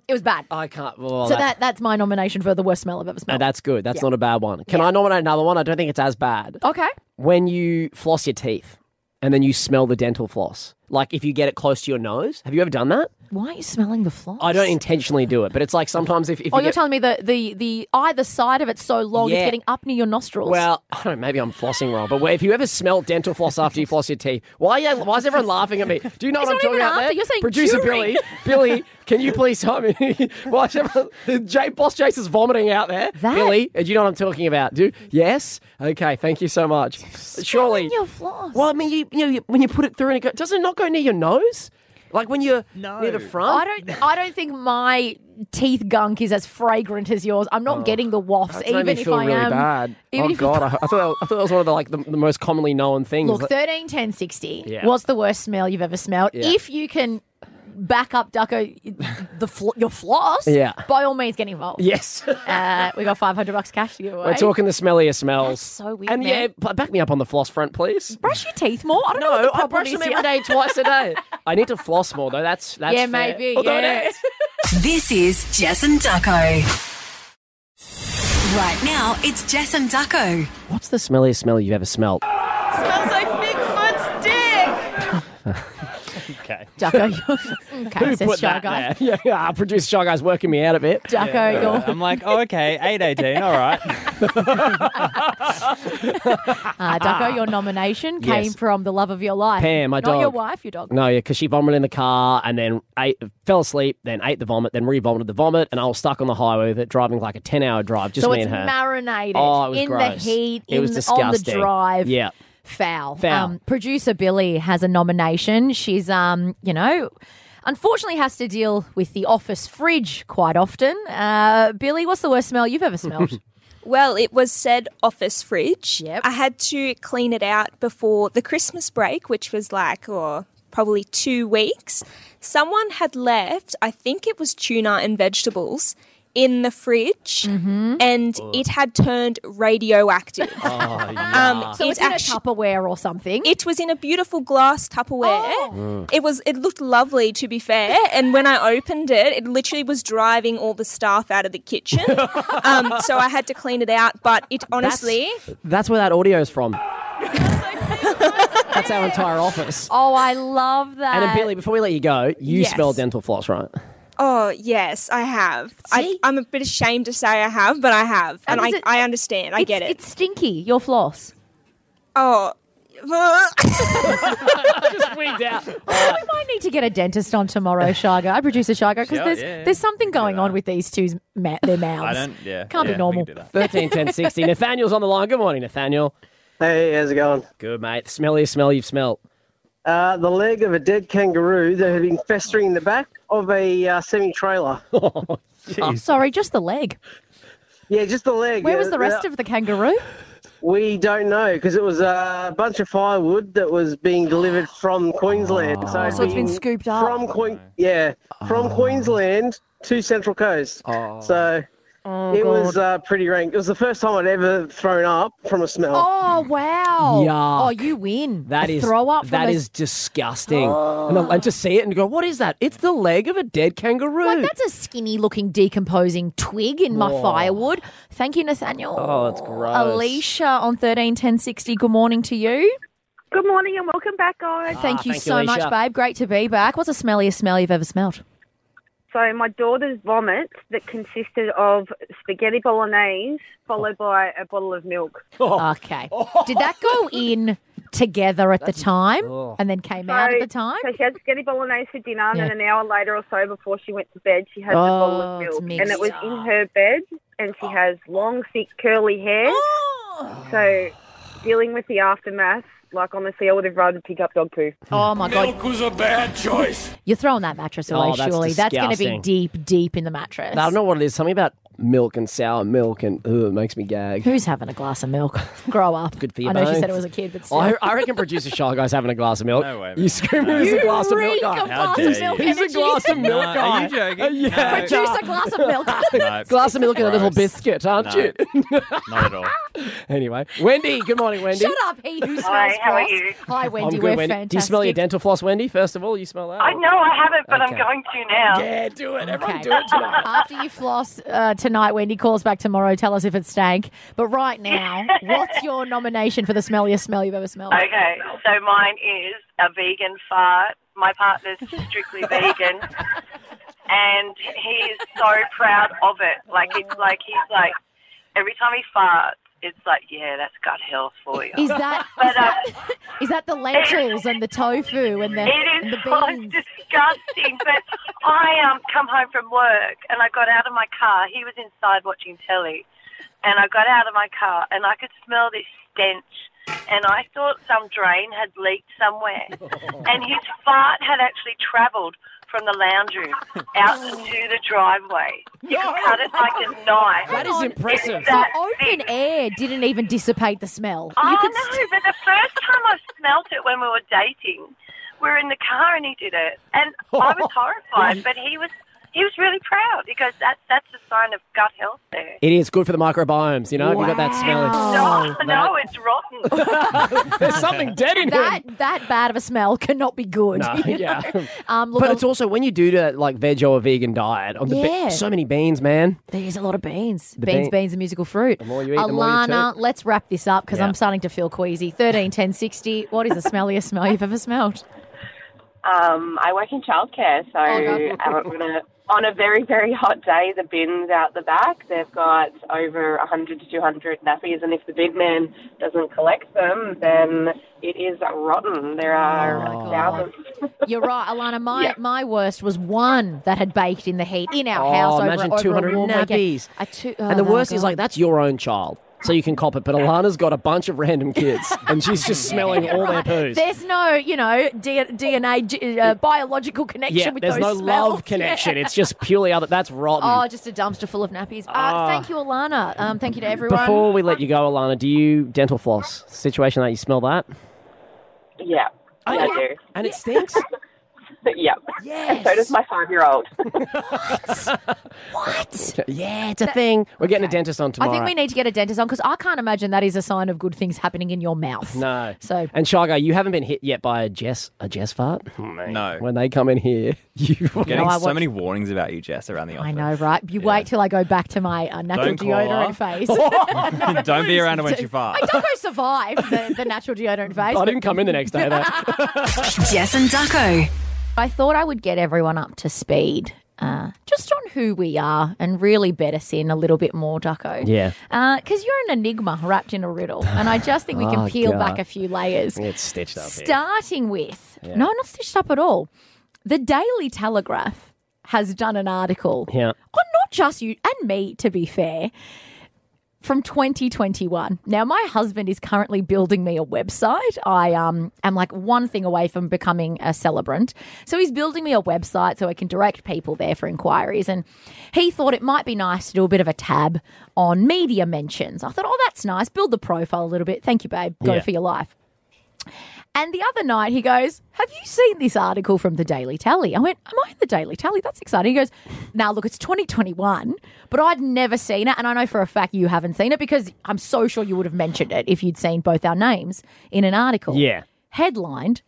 [SPEAKER 3] It was bad.
[SPEAKER 2] I can't. Well,
[SPEAKER 3] so that,
[SPEAKER 2] Uh, Oh, that-
[SPEAKER 3] that's my nomination for the worst smell I've ever
[SPEAKER 2] No,
[SPEAKER 3] smelled.
[SPEAKER 2] that's good. That's
[SPEAKER 3] Yeah.
[SPEAKER 2] not a bad one. Can I nominate another one? I don't think it's as bad.
[SPEAKER 3] okay.
[SPEAKER 2] When you floss your teeth and then you smell the dental floss, like if you get it close to your nose, have you ever done that?
[SPEAKER 3] Why are you smelling the floss?
[SPEAKER 2] I don't intentionally do it, but it's like sometimes if, if
[SPEAKER 3] oh,
[SPEAKER 2] you
[SPEAKER 3] you're
[SPEAKER 2] get-
[SPEAKER 3] telling me the, the the either side of it's so long it's
[SPEAKER 2] Yeah.
[SPEAKER 3] getting up near your nostrils.
[SPEAKER 2] Well, I don't know, maybe I'm flossing wrong, but if you ever smell dental floss after you floss your teeth, why are you, why is everyone laughing at me? Do you know what
[SPEAKER 3] It's
[SPEAKER 2] I'm
[SPEAKER 3] not
[SPEAKER 2] talking
[SPEAKER 3] even
[SPEAKER 2] about
[SPEAKER 3] after,
[SPEAKER 2] there?
[SPEAKER 3] you're saying
[SPEAKER 2] Producer
[SPEAKER 3] during.
[SPEAKER 2] Billy, Billy, can you please help me? why is everyone, Jay, Boss Jace is vomiting out there. Billy, uh, do you know what I'm talking about? Do Yes? Okay, thank you so much. Surely.
[SPEAKER 3] your floss.
[SPEAKER 2] Well, I mean, you, you know, you- when you put it through and it go, doesn't it not go near your nose? Like when you're near the front?
[SPEAKER 3] I don't. I don't think my teeth gunk is as fragrant as yours. I'm not getting the wafts,
[SPEAKER 2] That's Oh, made
[SPEAKER 3] even
[SPEAKER 2] me
[SPEAKER 3] if
[SPEAKER 2] feel
[SPEAKER 3] I
[SPEAKER 2] really
[SPEAKER 3] am.
[SPEAKER 2] bad.
[SPEAKER 3] Even
[SPEAKER 2] oh
[SPEAKER 3] if
[SPEAKER 2] God, I, I, thought that, I thought that was one of the like the, the most commonly known things.
[SPEAKER 3] Look,
[SPEAKER 2] Like-
[SPEAKER 3] thirteen, ten, sixty.
[SPEAKER 2] Yeah.
[SPEAKER 3] What's the worst smell you've ever smelled?
[SPEAKER 2] Yeah.
[SPEAKER 3] If you can back up, Ducko, the fl- your floss.
[SPEAKER 2] Yeah.
[SPEAKER 3] By all means, get involved.
[SPEAKER 2] Yes.
[SPEAKER 3] uh, we got five hundred bucks cash to give away.
[SPEAKER 2] We're talking the smellier smells.
[SPEAKER 3] so weird,
[SPEAKER 2] And yeah,
[SPEAKER 3] man.
[SPEAKER 2] b- back me up on the floss front, please.
[SPEAKER 3] Brush your teeth more. I don't know.
[SPEAKER 2] No,
[SPEAKER 3] What the
[SPEAKER 2] I
[SPEAKER 3] problem
[SPEAKER 2] brush
[SPEAKER 3] is
[SPEAKER 2] them
[SPEAKER 3] here.
[SPEAKER 2] every day, twice a day. I need to floss more though. That's that's
[SPEAKER 3] yeah,
[SPEAKER 2] fair.
[SPEAKER 3] maybe.
[SPEAKER 2] Although it
[SPEAKER 3] yeah.
[SPEAKER 2] is.
[SPEAKER 5] This is Jess and Ducko. Right now, it's Jess and Ducko.
[SPEAKER 2] What's the smelliest smell you've ever smelled?
[SPEAKER 12] Smells like Bigfoot's dick.
[SPEAKER 2] Okay.
[SPEAKER 3] Ducko, Okay,
[SPEAKER 2] Who
[SPEAKER 3] says
[SPEAKER 2] put
[SPEAKER 3] Shy
[SPEAKER 2] that
[SPEAKER 3] Guy.
[SPEAKER 2] there? Yeah, yeah, our producer Shy Guy's working me out a bit.
[SPEAKER 3] Jacko, Yeah. you're-
[SPEAKER 4] I'm like, oh, okay, 818, all right.
[SPEAKER 3] Uh, Ducko, your nomination
[SPEAKER 2] Ah. Yes.
[SPEAKER 3] came from the love of your life.
[SPEAKER 2] Pam, my
[SPEAKER 3] Not
[SPEAKER 2] dog.
[SPEAKER 3] your wife, your dog.
[SPEAKER 2] No, yeah, because she vomited in the car and then ate, fell asleep, then ate the vomit, then re-vomited the vomit, and I was stuck on the highway with it, driving like a ten-hour drive, just
[SPEAKER 3] so
[SPEAKER 2] me
[SPEAKER 3] it's
[SPEAKER 2] and her.
[SPEAKER 3] marinated
[SPEAKER 2] Oh, it was
[SPEAKER 3] in
[SPEAKER 2] gross.
[SPEAKER 3] the heat,
[SPEAKER 2] It
[SPEAKER 3] in
[SPEAKER 2] was
[SPEAKER 3] the, on the
[SPEAKER 2] disgusting.
[SPEAKER 3] drive.
[SPEAKER 2] Yeah.
[SPEAKER 3] Foul. Um,
[SPEAKER 2] Foul.
[SPEAKER 3] producer Billy has a nomination. She's, um, you know, unfortunately has to deal with the office fridge quite often. Uh, Billy, what's the worst smell you've ever smelled?
[SPEAKER 6] Well, it was said office fridge. Yep. I had to clean it out before the Christmas break, which was like, or probably two weeks. Someone had left, I think it was tuna and vegetables, in the fridge, and it had turned radioactive. Um,
[SPEAKER 3] so it's in
[SPEAKER 6] actu-
[SPEAKER 3] a Tupperware or something.
[SPEAKER 6] It was in a beautiful glass Tupperware. It was. It looked lovely, to be fair. And when I opened it, it literally was driving all the staff out of the kitchen. um, so I had to clean it out. But it honestly,
[SPEAKER 2] That's where that audio's from. That's our entire office.
[SPEAKER 3] Oh, I love that.
[SPEAKER 2] And then, Billy, before we let you go, you
[SPEAKER 6] Yes.
[SPEAKER 2] smell dental floss, right?
[SPEAKER 6] oh yes, I have. I, I'm a bit ashamed to say I have, but I have, and,
[SPEAKER 3] And is
[SPEAKER 6] I,
[SPEAKER 3] it-
[SPEAKER 6] I understand. I
[SPEAKER 3] it's-
[SPEAKER 6] get it.
[SPEAKER 3] It's stinky. Your floss.
[SPEAKER 6] Oh.
[SPEAKER 2] Just wigged out.
[SPEAKER 3] I Oh, might need to get a dentist on tomorrow, Shaga. I produce a Shaga because
[SPEAKER 2] Sure,
[SPEAKER 3] there's
[SPEAKER 2] yeah.
[SPEAKER 3] there's something going on with these two's ma- their mouths. Can't be normal.
[SPEAKER 2] Thirteen ten sixty. Nathaniel's on the line. Good morning, Nathaniel.
[SPEAKER 13] Hey, how's it going?
[SPEAKER 2] Good, mate. Smelliest smell you've smelt.
[SPEAKER 13] Uh, the leg of a dead kangaroo that had been festering in the back of a uh, semi trailer.
[SPEAKER 3] Oh, sorry, just the leg.
[SPEAKER 13] Yeah, just the leg.
[SPEAKER 3] Where
[SPEAKER 13] Uh,
[SPEAKER 3] was the rest
[SPEAKER 13] uh,
[SPEAKER 3] of the kangaroo?
[SPEAKER 13] We don't know because it was uh, a bunch of firewood that was being delivered from Queensland. so,
[SPEAKER 3] Oh. so it's been scooped up.
[SPEAKER 13] From Queen, yeah, from Queensland to Central Coast. So
[SPEAKER 3] Oh,
[SPEAKER 13] it
[SPEAKER 3] God.
[SPEAKER 13] was uh, pretty rank. It was the first time I'd ever thrown up from a smell.
[SPEAKER 3] Oh wow!
[SPEAKER 2] Yuck.
[SPEAKER 3] Oh, you win.
[SPEAKER 2] That
[SPEAKER 3] A
[SPEAKER 2] is
[SPEAKER 3] throw up. From
[SPEAKER 2] That
[SPEAKER 3] a-
[SPEAKER 2] is disgusting. And, I- and to see it and go, what is that? It's the leg of a dead kangaroo.
[SPEAKER 3] like that's a skinny looking decomposing twig in my
[SPEAKER 2] Whoa.
[SPEAKER 3] firewood. Thank you, Nathaniel.
[SPEAKER 2] oh, it's gross.
[SPEAKER 3] Alicia on thirteen ten sixty. Good morning to you.
[SPEAKER 14] Good morning and welcome back, guys.
[SPEAKER 2] Ah,
[SPEAKER 3] Thank you so much, babe. Great to be back. What's the smelliest smell you've ever smelled?
[SPEAKER 14] So my daughter's vomit that consisted of spaghetti bolognese followed by a bottle of milk.
[SPEAKER 2] Oh.
[SPEAKER 3] Okay. Did that go in together at the time
[SPEAKER 14] oh.
[SPEAKER 3] and then came
[SPEAKER 14] So-
[SPEAKER 3] out at the time?
[SPEAKER 14] So she had spaghetti bolognese for dinner, and
[SPEAKER 3] Yeah.
[SPEAKER 14] then an hour later or so before she went to bed, she had the bottle
[SPEAKER 3] Oh,
[SPEAKER 14] of
[SPEAKER 3] it's
[SPEAKER 14] milk, and it was
[SPEAKER 3] mixed Oh.
[SPEAKER 14] in her bed. And she has long, thick, curly hair. So dealing with the aftermath, like honestly, I would have rather picked up dog poo.
[SPEAKER 3] Oh my god.
[SPEAKER 14] Milk was a bad choice.
[SPEAKER 3] You're throwing that mattress away,
[SPEAKER 2] Oh, that's
[SPEAKER 3] surely. That's going to be
[SPEAKER 2] disgusting.
[SPEAKER 3] deep, deep in the mattress.
[SPEAKER 2] I don't know what it is. Something about milk and sour milk and ugh, it makes me gag.
[SPEAKER 3] Who's having a glass of milk? Grow up.
[SPEAKER 2] Good for you.
[SPEAKER 3] I know she said it was a kid, but still.
[SPEAKER 2] Oh, I, I reckon producer Shy Guy's having a glass of milk. No way. You screaming
[SPEAKER 3] No.
[SPEAKER 2] he's a
[SPEAKER 3] You
[SPEAKER 2] glass of milk
[SPEAKER 3] reek
[SPEAKER 2] guy.
[SPEAKER 3] of How glass of dare milk you.
[SPEAKER 2] he's a
[SPEAKER 3] energy.
[SPEAKER 2] glass of milk
[SPEAKER 3] No,
[SPEAKER 2] guy.
[SPEAKER 3] are you joking?
[SPEAKER 2] Uh, yeah.
[SPEAKER 3] Produce a glass of milk.
[SPEAKER 2] glass of milk and a little biscuit, aren't
[SPEAKER 4] No.
[SPEAKER 2] you?
[SPEAKER 4] Not at all.
[SPEAKER 2] Anyway, Wendy. Good morning, Wendy.
[SPEAKER 3] Shut up, he who smells
[SPEAKER 7] Hi, how are
[SPEAKER 3] floss.
[SPEAKER 7] you?
[SPEAKER 3] Hi, Wendy.
[SPEAKER 2] I'm good,
[SPEAKER 3] We're
[SPEAKER 2] Wendy.
[SPEAKER 3] fantastic.
[SPEAKER 2] Do you smell your dental floss, Wendy? First of all, you smell that.
[SPEAKER 7] I know I haven't, but
[SPEAKER 2] Okay.
[SPEAKER 7] I'm going to now.
[SPEAKER 2] Yeah, do it. Everyone
[SPEAKER 3] Okay.
[SPEAKER 2] do it tonight.
[SPEAKER 3] After you floss uh, tonight, Wendy calls back tomorrow. Tell us if it stank. But right now, what's your nomination for the smelliest smell you've ever smelled?
[SPEAKER 7] Okay, so mine is a vegan fart. My partner's strictly vegan, and he is so proud of it. Like it's like he's like every time he farts, it's like yeah, that's gut health for you.
[SPEAKER 3] Is that
[SPEAKER 7] But uh,
[SPEAKER 3] is that, is that the lentils and the tofu and the
[SPEAKER 7] It
[SPEAKER 3] and
[SPEAKER 7] is
[SPEAKER 3] the
[SPEAKER 7] so
[SPEAKER 3] beans?
[SPEAKER 7] disgusting. But I um, come home from work and I got out of my car. He was inside watching telly, and I got out of my car and I could smell this stench. And I thought some drain had leaked somewhere, and his fart had actually travelled from the lounge room out to the driveway. You could cut it like a knife.
[SPEAKER 3] Hang on.
[SPEAKER 7] It's
[SPEAKER 3] So
[SPEAKER 7] that
[SPEAKER 3] open air didn't even dissipate the smell.
[SPEAKER 7] Oh
[SPEAKER 3] you could
[SPEAKER 7] no! But the first time I smelt it when we were dating, we were in the car and he did it, and I was horrified. But he was he was really proud because that's that's a sign of gut health there.
[SPEAKER 2] It is good for the microbiomes, you know. If you got that smell,
[SPEAKER 7] No,
[SPEAKER 2] it's
[SPEAKER 7] no, it's rotten.
[SPEAKER 2] There's something dead in
[SPEAKER 3] that
[SPEAKER 2] him.
[SPEAKER 3] that bad of a smell cannot be good.
[SPEAKER 2] No,
[SPEAKER 3] you know?
[SPEAKER 2] yeah.
[SPEAKER 3] Um, look,
[SPEAKER 2] But it's also when you do the like veg or vegan diet on the be-
[SPEAKER 3] Yeah.
[SPEAKER 2] so many beans, man.
[SPEAKER 3] there's a lot of beans.
[SPEAKER 2] The
[SPEAKER 3] beans,
[SPEAKER 2] bean-
[SPEAKER 3] beans, and musical fruit.
[SPEAKER 2] The more you eat, the more you
[SPEAKER 3] Alana,
[SPEAKER 2] take.
[SPEAKER 3] let's wrap this up because
[SPEAKER 2] Yeah.
[SPEAKER 3] I'm starting to feel queasy. Thirteen, ten, sixty. What is the smelliest smell you've ever smelled?
[SPEAKER 15] Um, I work in childcare, so
[SPEAKER 16] Oh,
[SPEAKER 15] out on a, on a very, very hot day, the bins out the back, they've got over 100 to 200 nappies, and if the big man doesn't collect them, then it is rotten. There are like thousands.
[SPEAKER 3] You're right, Alana. My my worst was one that had baked in the heat in our
[SPEAKER 2] Oh,
[SPEAKER 3] house. Over,
[SPEAKER 2] imagine
[SPEAKER 3] over a
[SPEAKER 2] 200
[SPEAKER 3] warm weekend.
[SPEAKER 2] nappies.
[SPEAKER 3] A two, oh,
[SPEAKER 2] and the worst is like that's your own child, so you can cop it. But Alana's got a bunch of random kids, and she's just smelling all their poos.
[SPEAKER 3] There's no, you know, D- DNA g- uh, biological connection
[SPEAKER 2] yeah,
[SPEAKER 3] with
[SPEAKER 2] there's no
[SPEAKER 3] those smells.
[SPEAKER 2] love connection. It's just purely other. That's rotten.
[SPEAKER 3] Oh, just a dumpster full of nappies. Uh,
[SPEAKER 2] Ah.
[SPEAKER 3] Thank you, Alana. Um, thank you to everyone.
[SPEAKER 2] Before we let you go, Alana, do you dental floss? Situation that you smell that?
[SPEAKER 15] Yeah,
[SPEAKER 3] Oh,
[SPEAKER 15] I do.
[SPEAKER 2] And it stinks?
[SPEAKER 15] yeah. And so does my five year old.
[SPEAKER 3] What?
[SPEAKER 2] Yeah, it's a thing. We're getting a dentist on tomorrow.
[SPEAKER 3] I think we need to get a dentist on because I can't imagine that is a sign of good things happening in your mouth.
[SPEAKER 2] No.
[SPEAKER 3] So-
[SPEAKER 2] and Shaga, you haven't been hit yet by a Jess a Jess fart.
[SPEAKER 4] No.
[SPEAKER 2] When they come in here, you
[SPEAKER 4] I'm getting
[SPEAKER 3] No, I
[SPEAKER 4] so
[SPEAKER 3] watch-
[SPEAKER 4] many warnings about you, Jess, around the
[SPEAKER 3] I
[SPEAKER 4] office.
[SPEAKER 3] know, right? You wait till I go back to my uh, natural
[SPEAKER 4] Don't call
[SPEAKER 3] deodorant
[SPEAKER 4] her.
[SPEAKER 3] face.
[SPEAKER 4] Don't be around her when she farts.
[SPEAKER 3] I don't go survive the, the natural deodorant phase.
[SPEAKER 2] I
[SPEAKER 3] but
[SPEAKER 2] didn't come in the next day. Though.
[SPEAKER 5] Jess and Ducko.
[SPEAKER 3] I thought I would get everyone up to speed uh, just on who we are and really bet us in a little bit more, Ducko.
[SPEAKER 2] Yeah.
[SPEAKER 3] Because you're an enigma wrapped in a riddle. And I just think we can
[SPEAKER 2] Oh,
[SPEAKER 3] peel
[SPEAKER 2] God.
[SPEAKER 3] back a few layers.
[SPEAKER 2] It's stitched up. here.
[SPEAKER 3] Starting with,
[SPEAKER 2] Yeah.
[SPEAKER 3] no, not stitched up at all. The Daily Telegraph has done an article
[SPEAKER 2] Yeah.
[SPEAKER 3] on not just you and me, to be fair, from 2021. Now, my husband is currently building me a website. I um, am like one thing away from becoming a celebrant. So he's building me a website so I can direct people there for inquiries. And he thought it might be nice to do a bit of a tab on media mentions. I thought, oh, that's nice. Build the profile a little bit. Thank you, babe. Go
[SPEAKER 17] Yeah.
[SPEAKER 3] for your life. And the other night he goes, Have you seen this article from the Daily Tally? I went, Am I in the Daily Tally? That's exciting. He goes, Now look, it's 2021, but I'd never seen it. And I know for a fact you haven't seen it because I'm so sure you would have mentioned it if you'd seen both our names in an article.
[SPEAKER 2] Yeah.
[SPEAKER 3] Headlined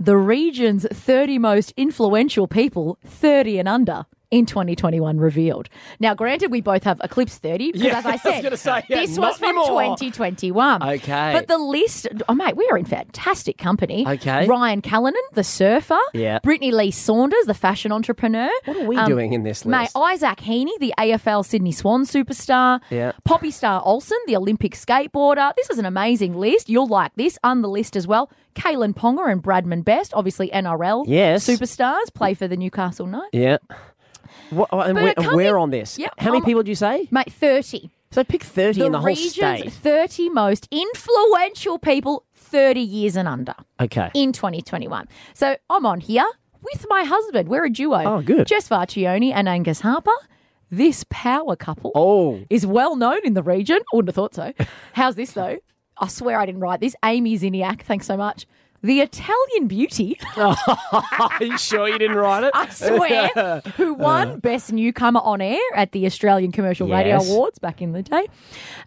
[SPEAKER 3] The region's 30 most influential people, 30 and under. In 2021 revealed. Now, granted, we both have Eclipse 30 because,
[SPEAKER 2] Yeah,
[SPEAKER 3] as
[SPEAKER 2] I
[SPEAKER 3] I
[SPEAKER 2] was
[SPEAKER 3] said,
[SPEAKER 2] gonna say, yeah,
[SPEAKER 3] this
[SPEAKER 2] not
[SPEAKER 3] was from
[SPEAKER 2] anymore.
[SPEAKER 3] 2021.
[SPEAKER 2] Okay.
[SPEAKER 3] But the list, oh mate, we are in fantastic company.
[SPEAKER 2] Okay.
[SPEAKER 3] Ryan Callanan, the surfer.
[SPEAKER 2] Yeah.
[SPEAKER 3] Brittany Lee Saunders, the fashion entrepreneur. What
[SPEAKER 2] are we doing in this
[SPEAKER 3] Mate, Isaac Heaney, the AFL Sydney Swan superstar.
[SPEAKER 2] Yeah.
[SPEAKER 3] Poppy Star Olsen, the Olympic skateboarder. This is an amazing list. You'll like this on the list as well. Kalen Ponga and Bradman Best, obviously NRL
[SPEAKER 2] Yes.
[SPEAKER 3] superstars, play for the Newcastle Knights.
[SPEAKER 2] Yeah. What, and
[SPEAKER 3] But
[SPEAKER 2] where,
[SPEAKER 3] it can't
[SPEAKER 2] where
[SPEAKER 3] be-
[SPEAKER 2] on this?
[SPEAKER 3] Yep,
[SPEAKER 2] How many
[SPEAKER 3] I'm-
[SPEAKER 2] people do you say?
[SPEAKER 3] Mate, 30.
[SPEAKER 2] So pick 30 in the whole
[SPEAKER 3] Um, region's
[SPEAKER 2] state.
[SPEAKER 3] 30 most influential people 30 years and under.
[SPEAKER 2] Okay.
[SPEAKER 3] In 2021. So I'm on here with my husband. We're a duo.
[SPEAKER 2] Oh, good.
[SPEAKER 3] Jess Varchione and Angus Harper. This power couple
[SPEAKER 2] oh.
[SPEAKER 3] is well known in the region. I wouldn't have thought so. How's this, though? I swear I didn't write this. Amy Ziniak, thanks so much. The Italian beauty.
[SPEAKER 2] Are you sure you didn't write it?
[SPEAKER 3] I swear, who
[SPEAKER 2] Uh.
[SPEAKER 3] won Best Newcomer on Air at the Australian Commercial Radio
[SPEAKER 2] Yes.
[SPEAKER 3] Awards back in the day.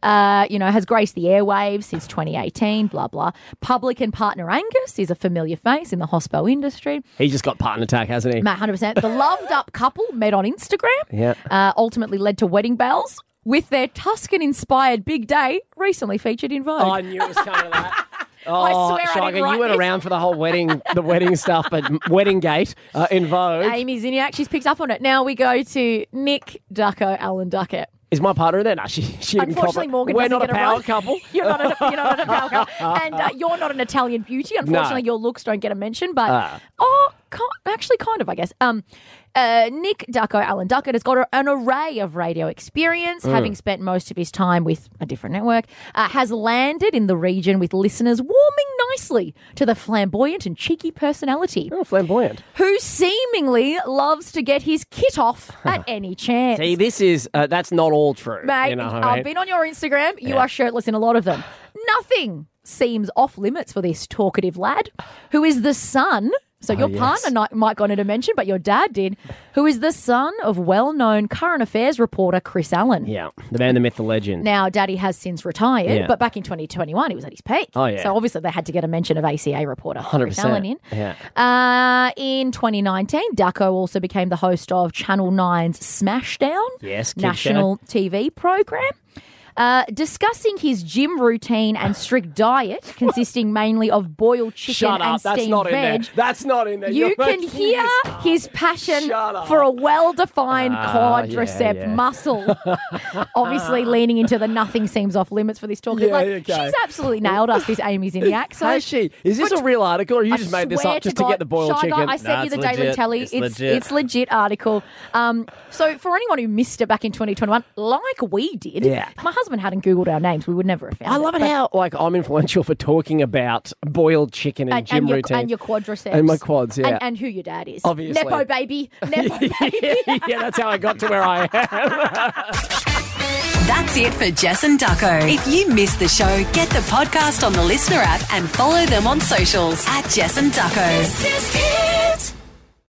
[SPEAKER 3] Uh, you know, has graced the airwaves since 2018, blah, blah. Public and partner Angus is a familiar face in the hospo industry.
[SPEAKER 2] He just got partner attack, hasn't he?
[SPEAKER 3] Matt, 100%. The loved up couple met on Instagram,
[SPEAKER 2] Yeah.
[SPEAKER 3] uh, ultimately led to wedding bells with their Tuscan inspired big day recently featured in Vogue.
[SPEAKER 2] Oh, I knew it was coming to that. Oh,
[SPEAKER 3] swear I
[SPEAKER 2] Shaga,
[SPEAKER 3] didn't write
[SPEAKER 2] you went
[SPEAKER 3] this.
[SPEAKER 2] around for the whole wedding, the wedding stuff, but wedding gate uh, in Vogue.
[SPEAKER 3] Amy Ziniak, she's picked up on it. Now we go to Nick Ducko, Alan Duckett.
[SPEAKER 2] Is my partner in there? No, she, she didn't cop
[SPEAKER 3] Unfortunately,
[SPEAKER 2] it.
[SPEAKER 3] Morgan
[SPEAKER 2] We're
[SPEAKER 3] doesn't
[SPEAKER 2] not a
[SPEAKER 3] get a
[SPEAKER 2] power
[SPEAKER 3] run.
[SPEAKER 2] couple.
[SPEAKER 3] You're not, a, you're not an Italian girl. and uh, you're not an Italian beauty. Unfortunately,
[SPEAKER 2] No.
[SPEAKER 3] your looks don't get a mention, but
[SPEAKER 2] Ah.
[SPEAKER 3] oh, ki actually, kind of, I guess. Um, uh, Nick Ducko, Alan Duckett, has got an array of radio experience,
[SPEAKER 2] Hmm.
[SPEAKER 17] Mm.
[SPEAKER 3] having spent most of his time with a different network, uh, has landed in the region with listeners warming nicely to the flamboyant and cheeky personality.
[SPEAKER 2] Oh, flamboyant.
[SPEAKER 3] Who seemingly loves to get his kit off at any chance.
[SPEAKER 2] See, this is uh, that's not all true.
[SPEAKER 3] Mate,
[SPEAKER 2] you know what I mean?
[SPEAKER 3] I've been on your Instagram. You
[SPEAKER 2] Yeah.
[SPEAKER 3] are shirtless in a lot of them. Nothing seems off limits for this talkative lad who is the son. So
[SPEAKER 2] Ah,
[SPEAKER 17] Oh,
[SPEAKER 3] your
[SPEAKER 17] yes.
[SPEAKER 3] partner not, might go into mention, but your dad did, who is the son of well-known current affairs reporter Chris Allen.
[SPEAKER 2] Yeah, the man, the myth, the legend.
[SPEAKER 3] Now, Daddy has since retired,
[SPEAKER 2] Yeah.
[SPEAKER 3] but back in 2021, he was at his peak.
[SPEAKER 2] Oh, yeah.
[SPEAKER 3] So obviously, they had to get a mention of ACA reporter
[SPEAKER 2] hundred
[SPEAKER 3] Chris Allen in.
[SPEAKER 2] percent. Yeah.
[SPEAKER 3] Uh, in 2019, Ducko also became the host of Channel 9's Smashdown,
[SPEAKER 2] Yes, kids
[SPEAKER 3] national TV program. Uh, discussing his gym routine and strict diet, consisting mainly of boiled chicken
[SPEAKER 2] Shut
[SPEAKER 3] and
[SPEAKER 2] up. That's
[SPEAKER 3] steamed
[SPEAKER 2] not in
[SPEAKER 3] veg.
[SPEAKER 2] there. That's not in there.
[SPEAKER 3] You
[SPEAKER 2] You're
[SPEAKER 3] can
[SPEAKER 2] making
[SPEAKER 3] hear
[SPEAKER 2] this-
[SPEAKER 3] his passion for a well-defined
[SPEAKER 2] Ah, yeah,
[SPEAKER 3] quadricep
[SPEAKER 2] yeah.
[SPEAKER 3] muscle. Obviously, leaning into the nothing seems off limits for this talk.
[SPEAKER 2] Yeah,
[SPEAKER 3] like,
[SPEAKER 2] okay.
[SPEAKER 3] She's absolutely nailed us, this Amy Ziniak. So
[SPEAKER 2] Has she? Is this a real article, or you just made this
[SPEAKER 3] swear
[SPEAKER 2] up just to,
[SPEAKER 3] God,
[SPEAKER 2] get the boiled
[SPEAKER 3] Shy
[SPEAKER 2] chicken?
[SPEAKER 3] Guy, I sent you the Daily Telly. It's, it's legit,
[SPEAKER 2] legit.
[SPEAKER 3] article. Um, so for anyone who missed it back in 2021, like we did,
[SPEAKER 2] Yeah.
[SPEAKER 3] my husband hadn't Googled our names. We would never have found
[SPEAKER 2] I love it
[SPEAKER 3] but-
[SPEAKER 2] how like I'm influential for talking about boiled chicken and,
[SPEAKER 3] and,
[SPEAKER 2] gym
[SPEAKER 3] and, your,
[SPEAKER 2] routine
[SPEAKER 3] and your quadriceps.
[SPEAKER 2] and my quads. Yeah,
[SPEAKER 3] And, and who your dad is.
[SPEAKER 2] Obviously.
[SPEAKER 3] Nepo baby. Nepo baby.
[SPEAKER 2] yeah, that's how I got to where I am.
[SPEAKER 5] That's it for Jess and Ducko. If you missed the show, get the podcast on the listener app and follow them on socials at Jess and Ducko. This is it.